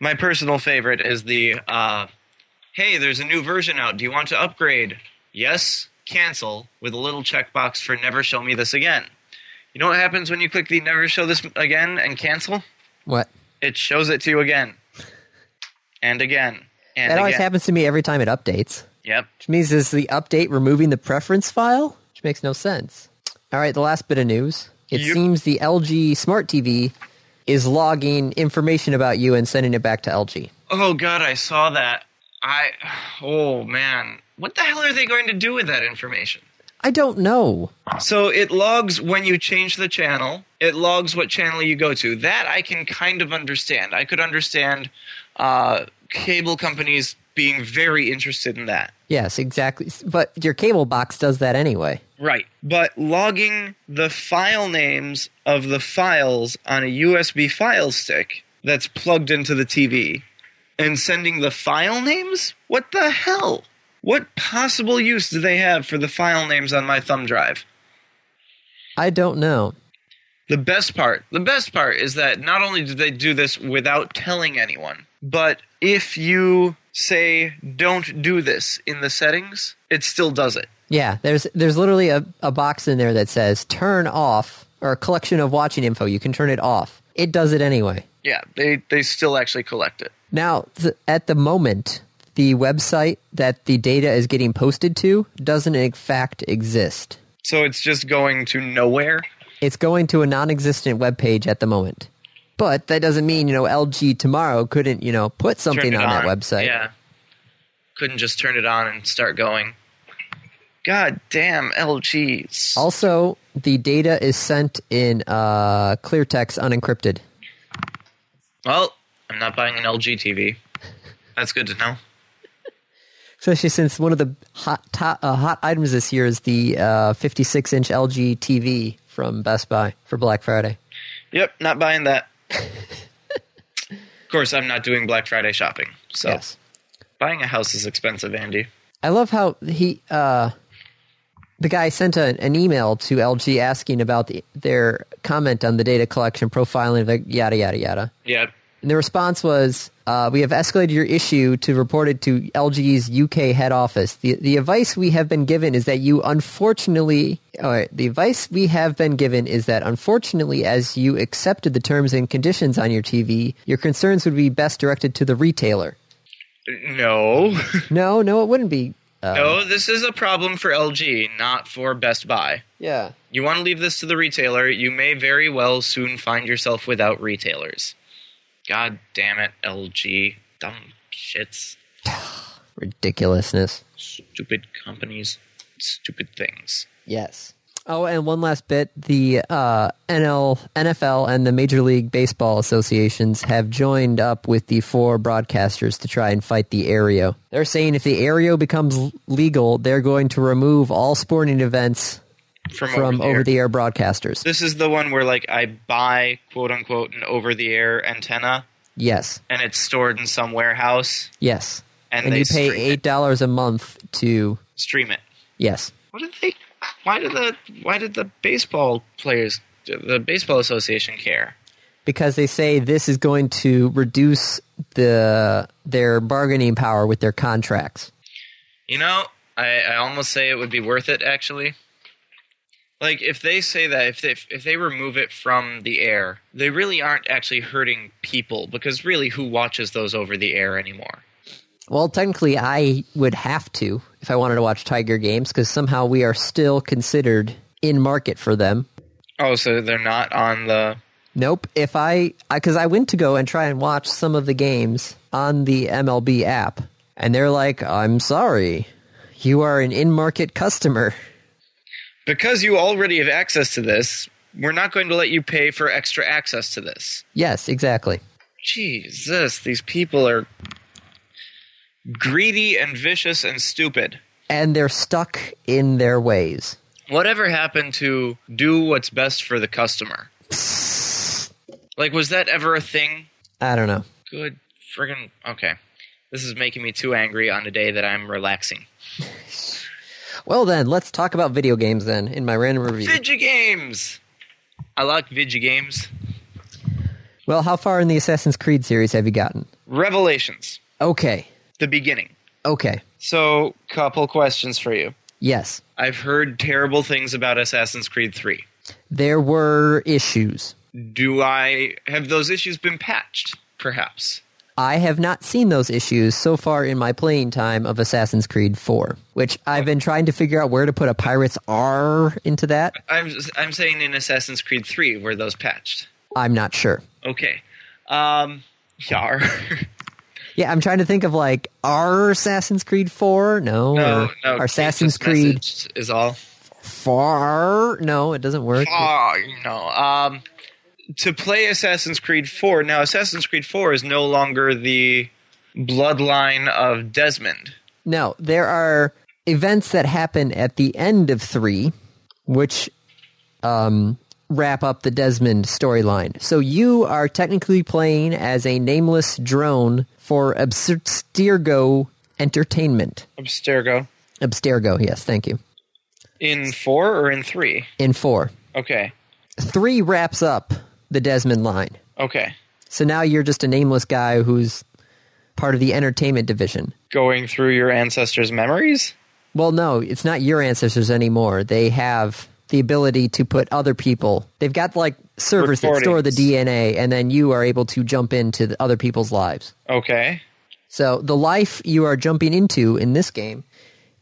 Speaker 2: My personal favorite is the uh, hey, there's a new version out. Do you want to upgrade? Yes, cancel with a little checkbox for never show me this again. You know what happens when you click the never show this again and cancel?
Speaker 1: What?
Speaker 2: It shows it to you again. And again. And
Speaker 1: That always
Speaker 2: again.
Speaker 1: happens to me every time it updates.
Speaker 2: Yep.
Speaker 1: Which means is the update removing the preference file? Which makes no sense. All right, the last bit of news. It
Speaker 2: Yep.
Speaker 1: seems the LG Smart TV is logging information about you and sending it back to LG.
Speaker 2: Oh god, I saw that. I oh man. What the hell are they going to do with that information?
Speaker 1: I don't know.
Speaker 2: So it logs when you change the channel. It logs what channel you go to. That I can kind of understand. I could understand uh, cable companies being very interested in that.
Speaker 1: Yes, exactly. But your cable box does that anyway.
Speaker 2: Right. But logging the file names of the files on a USB file stick that's plugged into the TV and sending the file names? What the hell? What possible use do they have for the file names on my thumb drive?
Speaker 1: I don't know.
Speaker 2: The best part, the best part is that not only did they do this without telling anyone, but if you say don't do this in the settings, it still does it.
Speaker 1: Yeah, there's there's literally a, a box in there that says turn off or a collection of watching info. You can turn it off. It does it anyway.
Speaker 2: Yeah, they they still actually collect it.
Speaker 1: Now, th- at the moment, the website that the data is getting posted to doesn't in fact exist.
Speaker 2: So it's just going to nowhere.
Speaker 1: It's going to a non-existent web page at the moment. But that doesn't mean, you know, LG tomorrow couldn't, you know, put something on,
Speaker 2: it
Speaker 1: that website.
Speaker 2: Yeah. Couldn't just turn it on and start going. God damn LGs.
Speaker 1: Also, the data is sent in uh, clear text unencrypted.
Speaker 2: well, I'm not buying an LG TV. That's good to know.
Speaker 1: Especially since one of the hot to- uh, hot items this year is the uh, 56 inch LG TV from Best Buy for Black Friday.
Speaker 2: Yep, not buying that. of course, I'm not doing Black Friday shopping. So
Speaker 1: Yes.
Speaker 2: buying a house is expensive, Andy.
Speaker 1: I love how he, uh, the guy sent a, an email to LG asking about the, their comment on the data collection profiling, like yada, yada, yada.
Speaker 2: Yep.
Speaker 1: And the response was, uh, we have escalated your issue to report it to LG's UK head office. The, the advice we have been given is that you unfortunately, all right, the advice we have been given is that unfortunately, as you accepted the terms and conditions on your TV, your concerns would be best directed to the retailer.
Speaker 2: No.
Speaker 1: No, no, it wouldn't be. Uh,
Speaker 2: no, this is a problem for LG, not for Best Buy.
Speaker 1: Yeah.
Speaker 2: You want to leave this to the retailer, you may very well soon find yourself without retailers. God damn it, LG. Dumb shits.
Speaker 1: Ridiculousness.
Speaker 2: Stupid companies. Stupid things.
Speaker 1: Yes. Oh, and one last bit: the uh, NL, NFL, and the Major League Baseball associations have joined up with the four broadcasters to try and fight the Aereo. They're saying if the Aereo becomes l- legal, they're going to remove all sporting events
Speaker 2: From,
Speaker 1: from
Speaker 2: over the air.
Speaker 1: over-the-air broadcasters.
Speaker 2: This is the one where, like, I buy, quote unquote, an over the air antenna
Speaker 1: Yes,
Speaker 2: and it's stored in some warehouse
Speaker 1: yes,
Speaker 2: and,
Speaker 1: and
Speaker 2: they
Speaker 1: you pay
Speaker 2: stream,
Speaker 1: eight dollars a month to
Speaker 2: it, stream it.
Speaker 1: yes.
Speaker 2: What did they. Why did the why did the baseball players the baseball association care?
Speaker 1: because they say this is going to reduce the their bargaining power with their contracts.
Speaker 2: You know, I, I almost say it would be worth it actually. Like if they say that if they if they remove it from the air, they really aren't actually hurting people because really who watches those over the air anymore?
Speaker 1: Well, technically, I would have to if I wanted to watch Tiger games because somehow we are still considered in market for them.
Speaker 2: Oh, so they're not on the
Speaker 1: Nope. If I, because I, went to go and try and watch some of the games on the MLB app, and they're like, I'm sorry, you are an in market customer.
Speaker 2: because you already have access to this, we're not going to let you pay for extra access to this.
Speaker 1: Yes, exactly.
Speaker 2: Jesus, these people are greedy and vicious and stupid.
Speaker 1: And they're stuck in their ways.
Speaker 2: whatever happened to do what's best for the customer? Like, was that ever a thing?
Speaker 1: I don't know.
Speaker 2: Good friggin' okay. This is making me too angry on a day that I'm relaxing.
Speaker 1: Well, then, let's talk about video games then in my random review.
Speaker 2: Video games. I like video games.
Speaker 1: Well, how far in the Assassin's Creed series have you gotten?
Speaker 2: Revelations,
Speaker 1: Okay.
Speaker 2: the beginning.
Speaker 1: Okay.
Speaker 2: So, couple questions for you.
Speaker 1: Yes.
Speaker 2: I've heard terrible things about Assassin's Creed 3.
Speaker 1: There were issues.
Speaker 2: Do I have those issues been patched? Perhaps.
Speaker 1: I have not seen those issues so far in my playing time of Assassin's Creed 4, which I've been trying to figure out where to put a pirate's R into that.
Speaker 2: I'm I'm saying in Assassin's Creed 3 were those patched.
Speaker 1: I'm not sure.
Speaker 2: Okay. Um yar.
Speaker 1: Yeah, I'm trying to think of like our Assassin's Creed 4? No.
Speaker 2: no,
Speaker 1: or,
Speaker 2: Oh, no.
Speaker 1: or Assassin's
Speaker 2: just
Speaker 1: Creed
Speaker 2: messaged is all.
Speaker 1: Far? No, it doesn't work.
Speaker 2: Oh, no. Um to play Assassin's Creed 4. Now Assassin's Creed 4 is no longer the bloodline of Desmond.
Speaker 1: No, there are events that happen at the end of 3 which um wrap up the Desmond storyline. So you are technically playing as a nameless drone for Abstergo Entertainment.
Speaker 2: Abstergo
Speaker 1: Abstergo, yes, thank you.
Speaker 2: in 4 or in 3?
Speaker 1: In 4.
Speaker 2: Okay.
Speaker 1: 3 wraps up the Desmond line.
Speaker 2: Okay.
Speaker 1: So now you're just a nameless guy who's part of the entertainment division.
Speaker 2: Going through your ancestors' memories?
Speaker 1: Well, no, it's not your ancestors anymore. They have the ability to put other people. They've got like servers that store the
Speaker 2: Recordings.
Speaker 1: DNA, and then you are able to jump into the other people's lives.
Speaker 2: Okay.
Speaker 1: So the life you are jumping into in this game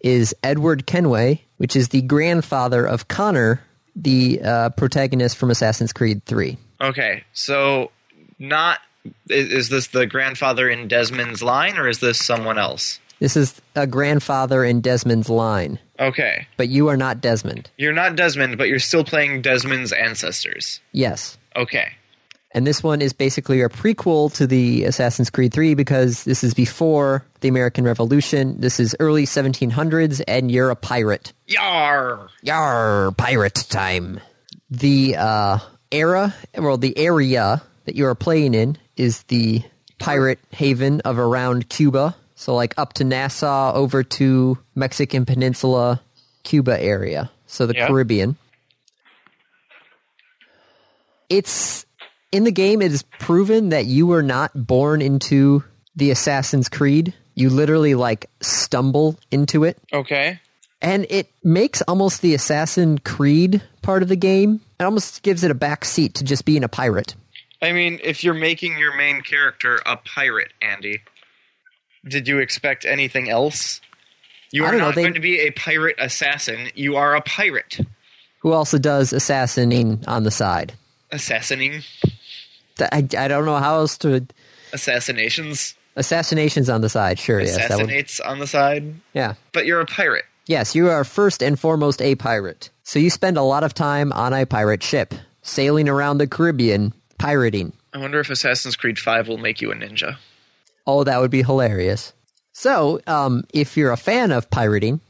Speaker 1: is Edward Kenway, which is the grandfather of Connor, the uh, protagonist from Assassin's Creed 3.
Speaker 2: Okay, so not i- is this the grandfather in Desmond's line, or is this someone else?
Speaker 1: This is a grandfather in Desmond's line,
Speaker 2: Okay,
Speaker 1: but you are not Desmond.
Speaker 2: you're not Desmond, but you're still playing Desmond's ancestors.
Speaker 1: Yes.
Speaker 2: Okay,
Speaker 1: And this one is basically a prequel to the Assassin's Creed 3 because this is before the American Revolution. This is early 1700s and you're a pirate.
Speaker 2: yar.
Speaker 1: Yar, pirate time. The uh, era, well, the area that you are playing in is the pirate haven of around Cuba. So, like up to Nassau, over to Mexican Peninsula, Cuba area. So, the
Speaker 2: Yeah.
Speaker 1: Caribbean. It's in the game, it is proven that you were not born into the Assassin's Creed. You literally, like, stumble into it
Speaker 2: Okay,
Speaker 1: and it makes almost the assassin creed part of the game it almost gives it a back seat to just being a pirate
Speaker 2: I mean, if you're making your main character a pirate, Andy, did you expect anything else? You
Speaker 1: I
Speaker 2: are
Speaker 1: don't know,
Speaker 2: not
Speaker 1: they-
Speaker 2: going to be a pirate assassin. You are a pirate
Speaker 1: who also does assassinating on the side
Speaker 2: assassinating
Speaker 1: Th- I, I don't know how else to
Speaker 2: assassinations,
Speaker 1: assassinations on the side sure yes that would,
Speaker 2: assassinates on the side,
Speaker 1: yeah
Speaker 2: but you're a pirate.
Speaker 1: yes you are first and foremost a pirate so you spend a lot of time on a pirate ship sailing around the caribbean pirating
Speaker 2: I wonder if Assassin's Creed 5 will make you a ninja.
Speaker 1: Oh, that would be hilarious. So, um, if you're a fan of pirating,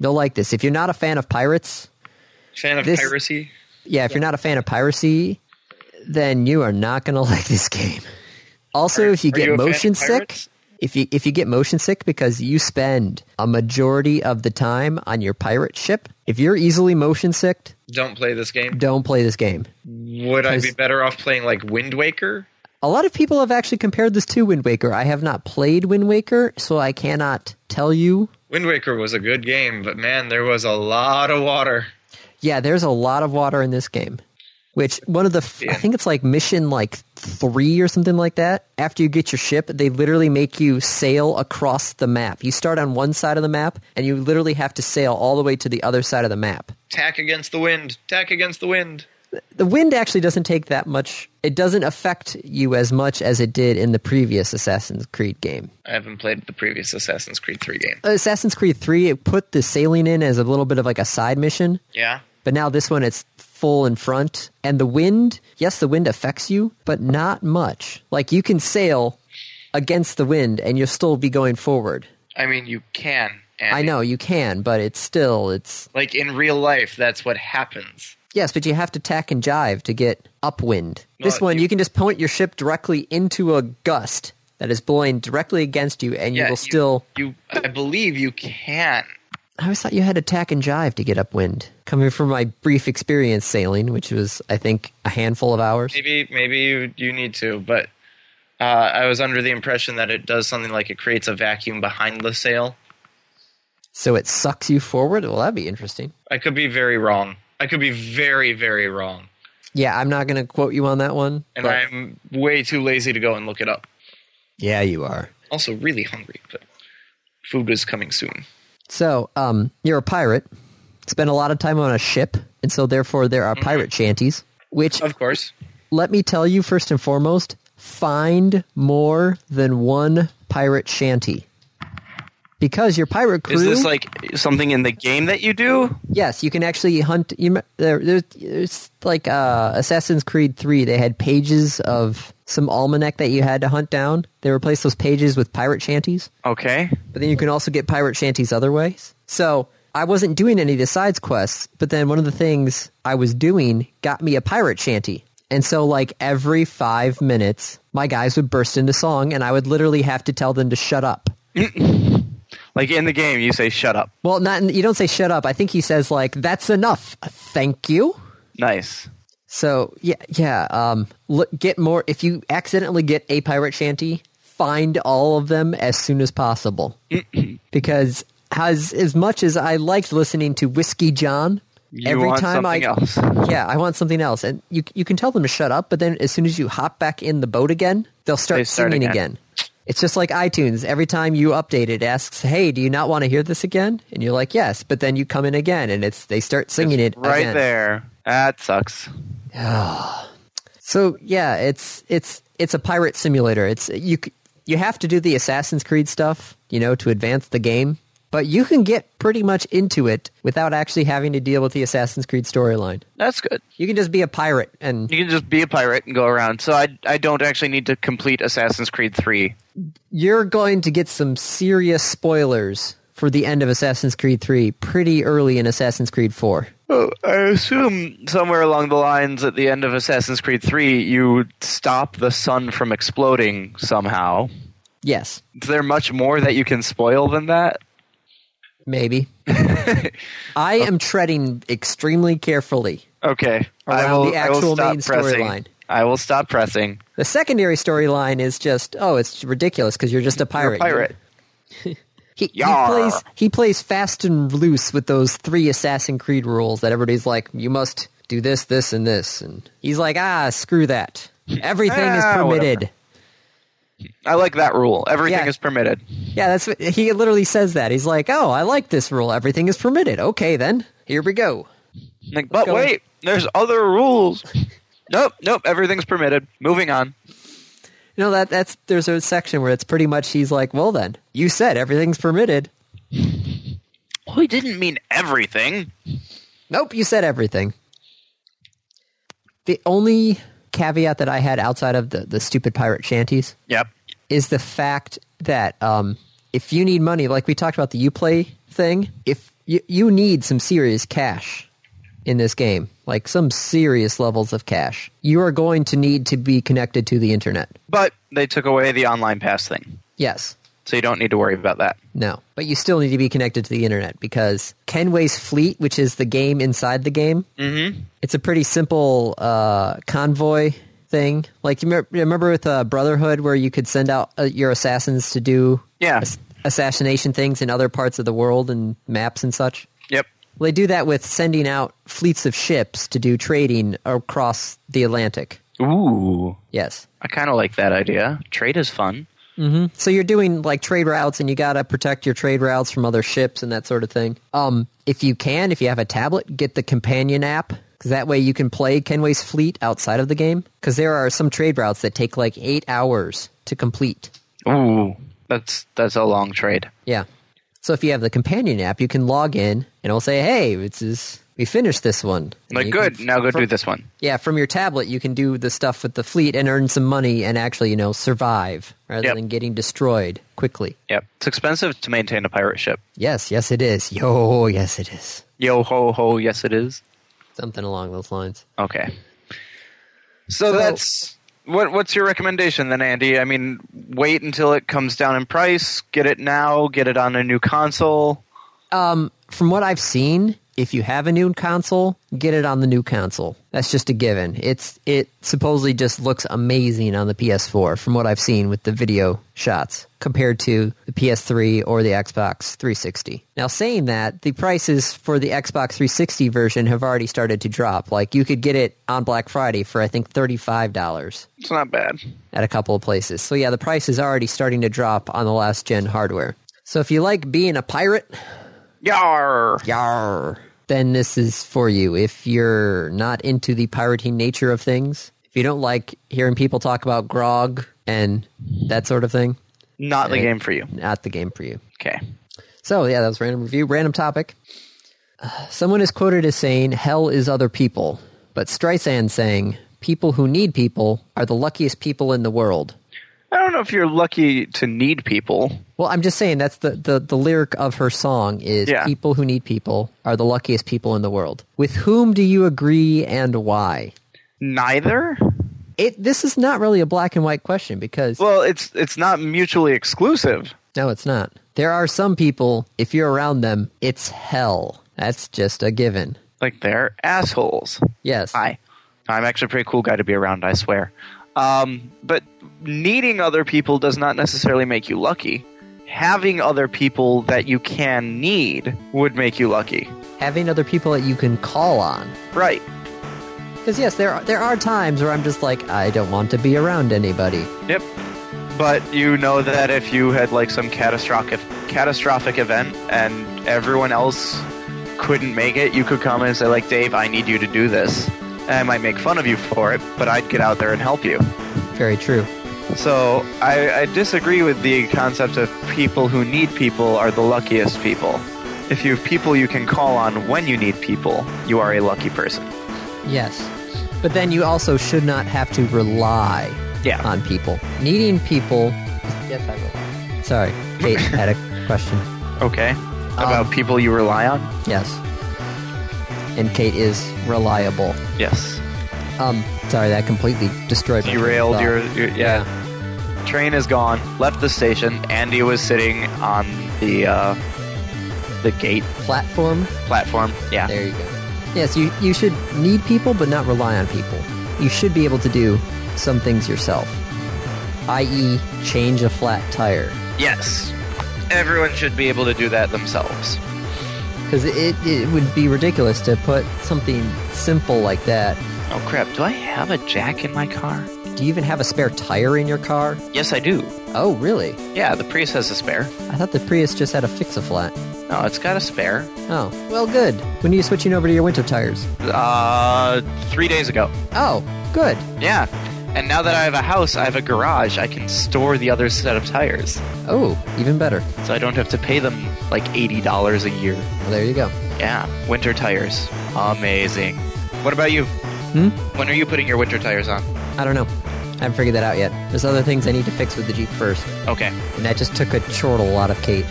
Speaker 1: they'll like this. If you're not a fan of pirates,
Speaker 2: Fan of
Speaker 1: This-
Speaker 2: piracy?
Speaker 1: yeah, if you're not a fan of piracy, then you are not going to like this game. Also, if you
Speaker 2: Are
Speaker 1: get
Speaker 2: you a fan of
Speaker 1: motion sick,
Speaker 2: pirates?
Speaker 1: if you if you get motion sick because you spend a majority of the time on your pirate ship, if you're easily motion sick,
Speaker 2: Don't play this game.
Speaker 1: don't play this game.
Speaker 2: Would I be
Speaker 1: Because-
Speaker 2: better off playing like Wind Waker?
Speaker 1: A lot of people have actually compared this to Wind Waker. I have not played Wind Waker, so I cannot tell you
Speaker 2: Wind Waker was a good game, but man, there was a lot of water.
Speaker 1: Yeah, there's a lot of water in this game. Which one of the f I I think it's like mission like 3 or something like that. After you get your ship, they literally make you sail across the map. You start on one side of the map and you literally have to sail all the way to the other side of the map.
Speaker 2: Tack against the wind. Tack against the wind.
Speaker 1: The wind actually doesn't take that much. It doesn't affect you as much as it did in the previous Assassin's Creed game.
Speaker 2: I haven't played the previous Assassin's Creed 3 game.
Speaker 1: Assassin's Creed 3 it put the sailing in as a little bit of like a side mission.
Speaker 2: Yeah.
Speaker 1: But now this one, it's full in front. And the wind, yes, the wind affects you, but not much. Like you can sail against the wind and you'll still be going forward.
Speaker 2: I mean, you can. And
Speaker 1: I know you can, but it's still, it's,
Speaker 2: Like in real life, that's what happens.
Speaker 1: yes, but you have to tack and jive to get upwind. this
Speaker 2: Well,
Speaker 1: one, you,
Speaker 2: you-
Speaker 1: can just point your ship directly into a gust that is blowing directly against you and you will still,
Speaker 2: You, I believe you can
Speaker 1: I always thought you had to tack and jive to get upwind. Coming from my brief experience sailing, which was, I think, a handful of hours.
Speaker 2: Maybe maybe you you need to, but uh, I was under the impression that it does something like it creates a vacuum behind the sail.
Speaker 1: So it sucks you forward? Well, that'd be interesting.
Speaker 2: I could be very wrong. I could be very very wrong,
Speaker 1: Yeah, I'm not going to quote you on that one.
Speaker 2: and
Speaker 1: but-
Speaker 2: I'm way too lazy to go and look it up.
Speaker 1: yeah, you are.
Speaker 2: Also, really hungry, but food is coming soon.
Speaker 1: So, um, you're a pirate, spend a lot of time on a ship, and so therefore there are pirate shanties, which,
Speaker 2: Of course,
Speaker 1: let me tell you first and foremost, find more than one pirate shanty. Because your pirate crew.
Speaker 4: Is this like something in the game that you do?
Speaker 1: Yes, you can actually hunt. You, me- there, there's, there's like uh, Assassin's Creed 3. They had pages of some almanac that you had to hunt down. They replaced those pages with pirate shanties,
Speaker 4: Okay.
Speaker 1: but then you can also get pirate shanties other ways. So I wasn't doing any of the sides quests, but then one of the things I was doing got me a pirate shanty. And so, like, every five minutes, my guys would burst into song, and I would literally have to tell them to shut up.
Speaker 4: Like in the game, you say "shut up."
Speaker 1: Well, not you don't say shut up. I think he says, like, that's enough. Thank you.
Speaker 4: Nice.
Speaker 1: So yeah, yeah. Um, look, get more. If you accidentally get a pirate shanty, find all of them as soon as possible, because as as much as I liked listening to Whiskey John,
Speaker 4: You
Speaker 1: every
Speaker 4: want
Speaker 1: time I
Speaker 4: something else.
Speaker 1: yeah, I want something else, and you you can tell them to shut up, but then as soon as you hop back in the boat again, they'll start,
Speaker 4: They start
Speaker 1: singing
Speaker 4: again.
Speaker 1: again. It's just like iTunes. Every time you update it, asks, "Hey, do you not want to hear this again?" And you're like, "Yes," but then you come in again, and it's they start singing it
Speaker 4: Right
Speaker 1: again.
Speaker 4: there. That sucks.
Speaker 1: So yeah, it's it's it's a pirate simulator. It's you c- you have to do the Assassin's Creed stuff, you know, to advance the game. But you can get pretty much into it without actually having to deal with the Assassin's Creed storyline.
Speaker 4: That's good.
Speaker 1: You can just be a pirate and
Speaker 4: You can just be a pirate and go around. So I, I don't actually need to complete Assassin's Creed 3.
Speaker 1: you're going to get some serious spoilers for the end of Assassin's Creed 3 pretty early in Assassin's Creed 4.
Speaker 4: Oh, I assume somewhere along the lines at the end of Assassin's Creed 3, you stop the sun from exploding somehow.
Speaker 1: Yes,
Speaker 4: Is there much more that you can spoil than that?
Speaker 1: maybe. I am treading extremely carefully.
Speaker 4: Okay. I
Speaker 1: Around
Speaker 4: will,
Speaker 1: the
Speaker 4: I will
Speaker 1: actual
Speaker 4: stop
Speaker 1: main
Speaker 4: pressing.
Speaker 1: storyline.
Speaker 4: I will stop pressing.
Speaker 1: The secondary storyline is just oh, it's ridiculous because you're just a pirate.
Speaker 4: You're a pirate.
Speaker 1: He, he
Speaker 4: Yar.
Speaker 1: plays he plays fast and loose with those three Assassin Creed rules that everybody's like, you must do this, this, and this, and he's like, ah, screw that. Everything is
Speaker 4: Ah,
Speaker 1: permitted.
Speaker 4: whatever. I like that rule. Everything
Speaker 1: Yeah.
Speaker 4: is permitted.
Speaker 1: Yeah, that's what, he literally says that. He's like, oh, I like this rule. Everything is permitted. Okay, then here we go.
Speaker 4: Like, but
Speaker 1: go.
Speaker 4: wait, there's other rules. nope, nope, everything's permitted. Moving on.
Speaker 1: You know that that's there's a section where it's pretty much he's like, well, then you said everything's permitted.
Speaker 4: Well, he Oh, didn't mean everything.
Speaker 1: Nope, you said everything. The only caveat that I had outside of the, the stupid pirate shanties
Speaker 4: Yep.
Speaker 1: is the fact that um, if you need money, like we talked about the Uplay thing, if you, you need some serious cash in this game, like some serious levels of cash, you are going to need to be connected to the internet.
Speaker 4: But they took away the online pass thing.
Speaker 1: Yes.
Speaker 4: So you don't need to worry about that.
Speaker 1: No, but you still need to be connected to the internet because Kenway's Fleet, which is the game inside the game, mm-hmm. it's a pretty simple uh, convoy thing. Like you remember, remember with uh, Brotherhood, where you could send out uh, your assassins to do
Speaker 4: Yeah.
Speaker 1: ass- assassination things in other parts of the world and maps and such.
Speaker 4: Yep.
Speaker 1: Well, they do that with sending out fleets of ships to do trading across the Atlantic.
Speaker 4: Ooh.
Speaker 1: Yes.
Speaker 4: I kind of like that idea. Trade is fun.
Speaker 1: So you're doing like trade routes, and you gotta protect your trade routes from other ships and that sort of thing. Um, if you can, if you have a tablet, get the companion app 'cause that way you can play Kenway's fleet outside of the game. Because there are some trade routes that take like eight hours to complete.
Speaker 4: Ooh. That's that's a long trade.
Speaker 1: Yeah. So if you have the companion app, you can log in, and it'll say, "Hey, it's is we finished this one." And
Speaker 4: Like
Speaker 1: you
Speaker 4: good.
Speaker 1: can-
Speaker 4: Now go do this one.
Speaker 1: yeah, from your tablet, you can do the stuff with the fleet and earn some money and actually, you know, survive rather
Speaker 4: Yep.
Speaker 1: than getting destroyed quickly.
Speaker 4: Yep. It's expensive to maintain a pirate ship.
Speaker 1: Yes, yes, it is. Yo, yes, it is.
Speaker 4: Yo ho ho. Yes, it is.
Speaker 1: Something along those lines.
Speaker 4: Okay. So,
Speaker 1: So-
Speaker 4: that's what what's your recommendation then Andy? I mean, wait until it comes down in price, get it now, get it on a new console.
Speaker 1: From what I've seen, if you have a new console, get it on the new console. That's just a given. It's it supposedly just looks amazing on the PS4 from what I've seen with the video shots compared to the PS3 or the Xbox 360. Now saying that, the prices for the Xbox 360 version have already started to drop. Like you could get it on Black Friday for I think $35
Speaker 4: It's not bad.
Speaker 1: at a couple of places. So yeah, the price is already starting to drop on the last gen hardware. So if you like being a pirate,
Speaker 4: Yar.
Speaker 1: Yarr. Then this is for you. If you're not into the pirating nature of things, if you don't like hearing people talk about grog and that sort of thing,
Speaker 4: Not the game for you.
Speaker 1: not the game for you.
Speaker 4: Okay.
Speaker 1: So, yeah, that was random review, random topic. Uh, Someone is quoted as saying, Hell is other people. But Streisand saying, People who need people are the luckiest people in the world.
Speaker 4: I don't know if you're lucky to need people.
Speaker 1: Well, I'm just saying that's the, the, the lyric of her song is
Speaker 4: Yeah.
Speaker 1: people who need people are the luckiest people in the world. With whom do you agree and why?
Speaker 4: Neither.
Speaker 1: It this is not really a black and white question because
Speaker 4: Well, it's it's not mutually exclusive.
Speaker 1: no, it's not. There are some people if you're around them, it's hell. That's just a given.
Speaker 4: Like they're assholes.
Speaker 1: Yes.
Speaker 4: Hi. I'm actually a pretty cool guy to be around, I swear. Um, but needing other people does not necessarily make you lucky. Having other people that you can need would make you lucky.
Speaker 1: Having other people that you can call on.
Speaker 4: Right.
Speaker 1: Cuz yes, there are, there are times where I'm just like I don't want to be around anybody.
Speaker 4: Yep. But you know that if you had like some catastrophic catastrophic event and everyone else couldn't make it, you could come and say like, "Dave, I need you to do this." And I might make fun of you for it, but I'd get out there and help you.
Speaker 1: Very true.
Speaker 4: So I, I disagree with the concept of people who need people are the luckiest people. If you have people you can call on when you need people, you are a lucky person.
Speaker 1: Yes. But then you also should not have to rely
Speaker 4: Yeah.
Speaker 1: on people. Needing people. Yes, I will. Sorry, Kate had a question.
Speaker 4: Okay. About people you rely on?
Speaker 1: Yes. And Kate is reliable.
Speaker 4: Yes.
Speaker 1: Um, sorry, that completely destroyed my train of
Speaker 4: Derailed
Speaker 1: thought.
Speaker 4: your, your yeah. Train is gone. Left the station. Andy was sitting on the uh, the gate
Speaker 1: platform.
Speaker 4: platform. Yeah.
Speaker 1: There you go. Yes, you, you should need people, but not rely on people. You should be able to do some things yourself, i.e., change a flat tire.
Speaker 4: Yes. Everyone should be able to do that themselves.
Speaker 1: Because it, it would be ridiculous to put something simple like that.
Speaker 4: Oh crap! Do I have a jack in my car?
Speaker 1: Do you even have a spare tire in your car?
Speaker 4: Yes, I do.
Speaker 1: Oh, really?
Speaker 4: Yeah, the Prius has a spare.
Speaker 1: I thought the Prius just had a fix a flat.
Speaker 4: No, it's got a spare.
Speaker 1: Oh, well, good. When are you switching over to your winter tires?
Speaker 4: Uh, three days ago.
Speaker 1: Oh, good.
Speaker 4: Yeah. And now that I have a house, I have a garage. I can store the other set of tires,
Speaker 1: Oh, even better.
Speaker 4: so I don't have to pay them like eighty dollars a year.
Speaker 1: Well, there you go.
Speaker 4: Yeah, winter tires, amazing. What about you?
Speaker 1: Hmm?
Speaker 4: When are you putting your winter tires on?
Speaker 1: I don't know. I haven't figured that out yet. There's other things I need to fix with the Jeep first,
Speaker 4: Okay.
Speaker 1: and that just took a chortle out of Kate.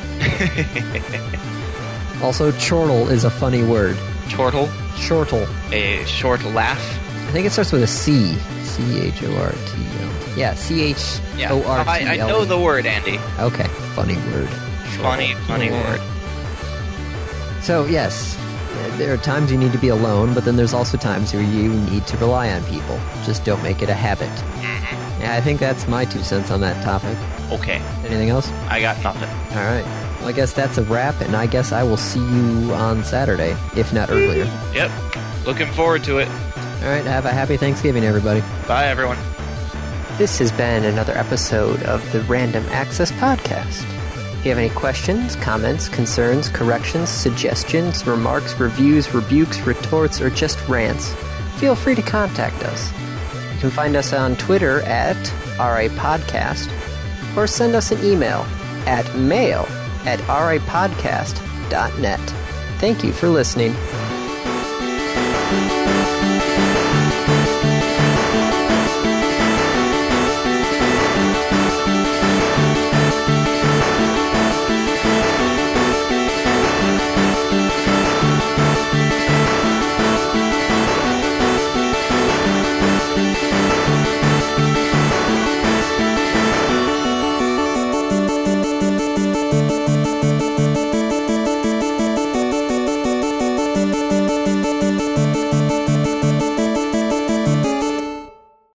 Speaker 1: also, chortle is a funny word.
Speaker 4: Chortle,
Speaker 1: Chortle.
Speaker 4: a short laugh.
Speaker 1: I think it starts with a C. C H O R T L. Yeah, C H
Speaker 4: Yeah.
Speaker 1: O R T L. E.
Speaker 4: I, I know the word, Andy.
Speaker 1: Okay, funny word.
Speaker 4: Funny, funny
Speaker 1: Yeah.
Speaker 4: word.
Speaker 1: So, yes, there are times you need to be alone, but then there's also times where you need to rely on people. Just don't make it a habit.
Speaker 4: Mm-hmm.
Speaker 1: Yeah, I think that's my two cents on that topic.
Speaker 4: Okay,
Speaker 1: Anything else?
Speaker 4: I got nothing.
Speaker 1: All right. Well, I guess that's a wrap, and I guess I will see you on Saturday, if not earlier.
Speaker 4: Yep. Looking forward to it.
Speaker 1: All right, have a happy Thanksgiving, everybody.
Speaker 4: Bye, everyone.
Speaker 1: This has been another episode of the Random Access Podcast. If you have any questions, comments, concerns, corrections, suggestions, remarks, reviews, rebukes, retorts, or just rants, feel free to contact us. You can find us on Twitter at RAPodcast or send us an email at mail at rapodcast.net. Thank you for listening.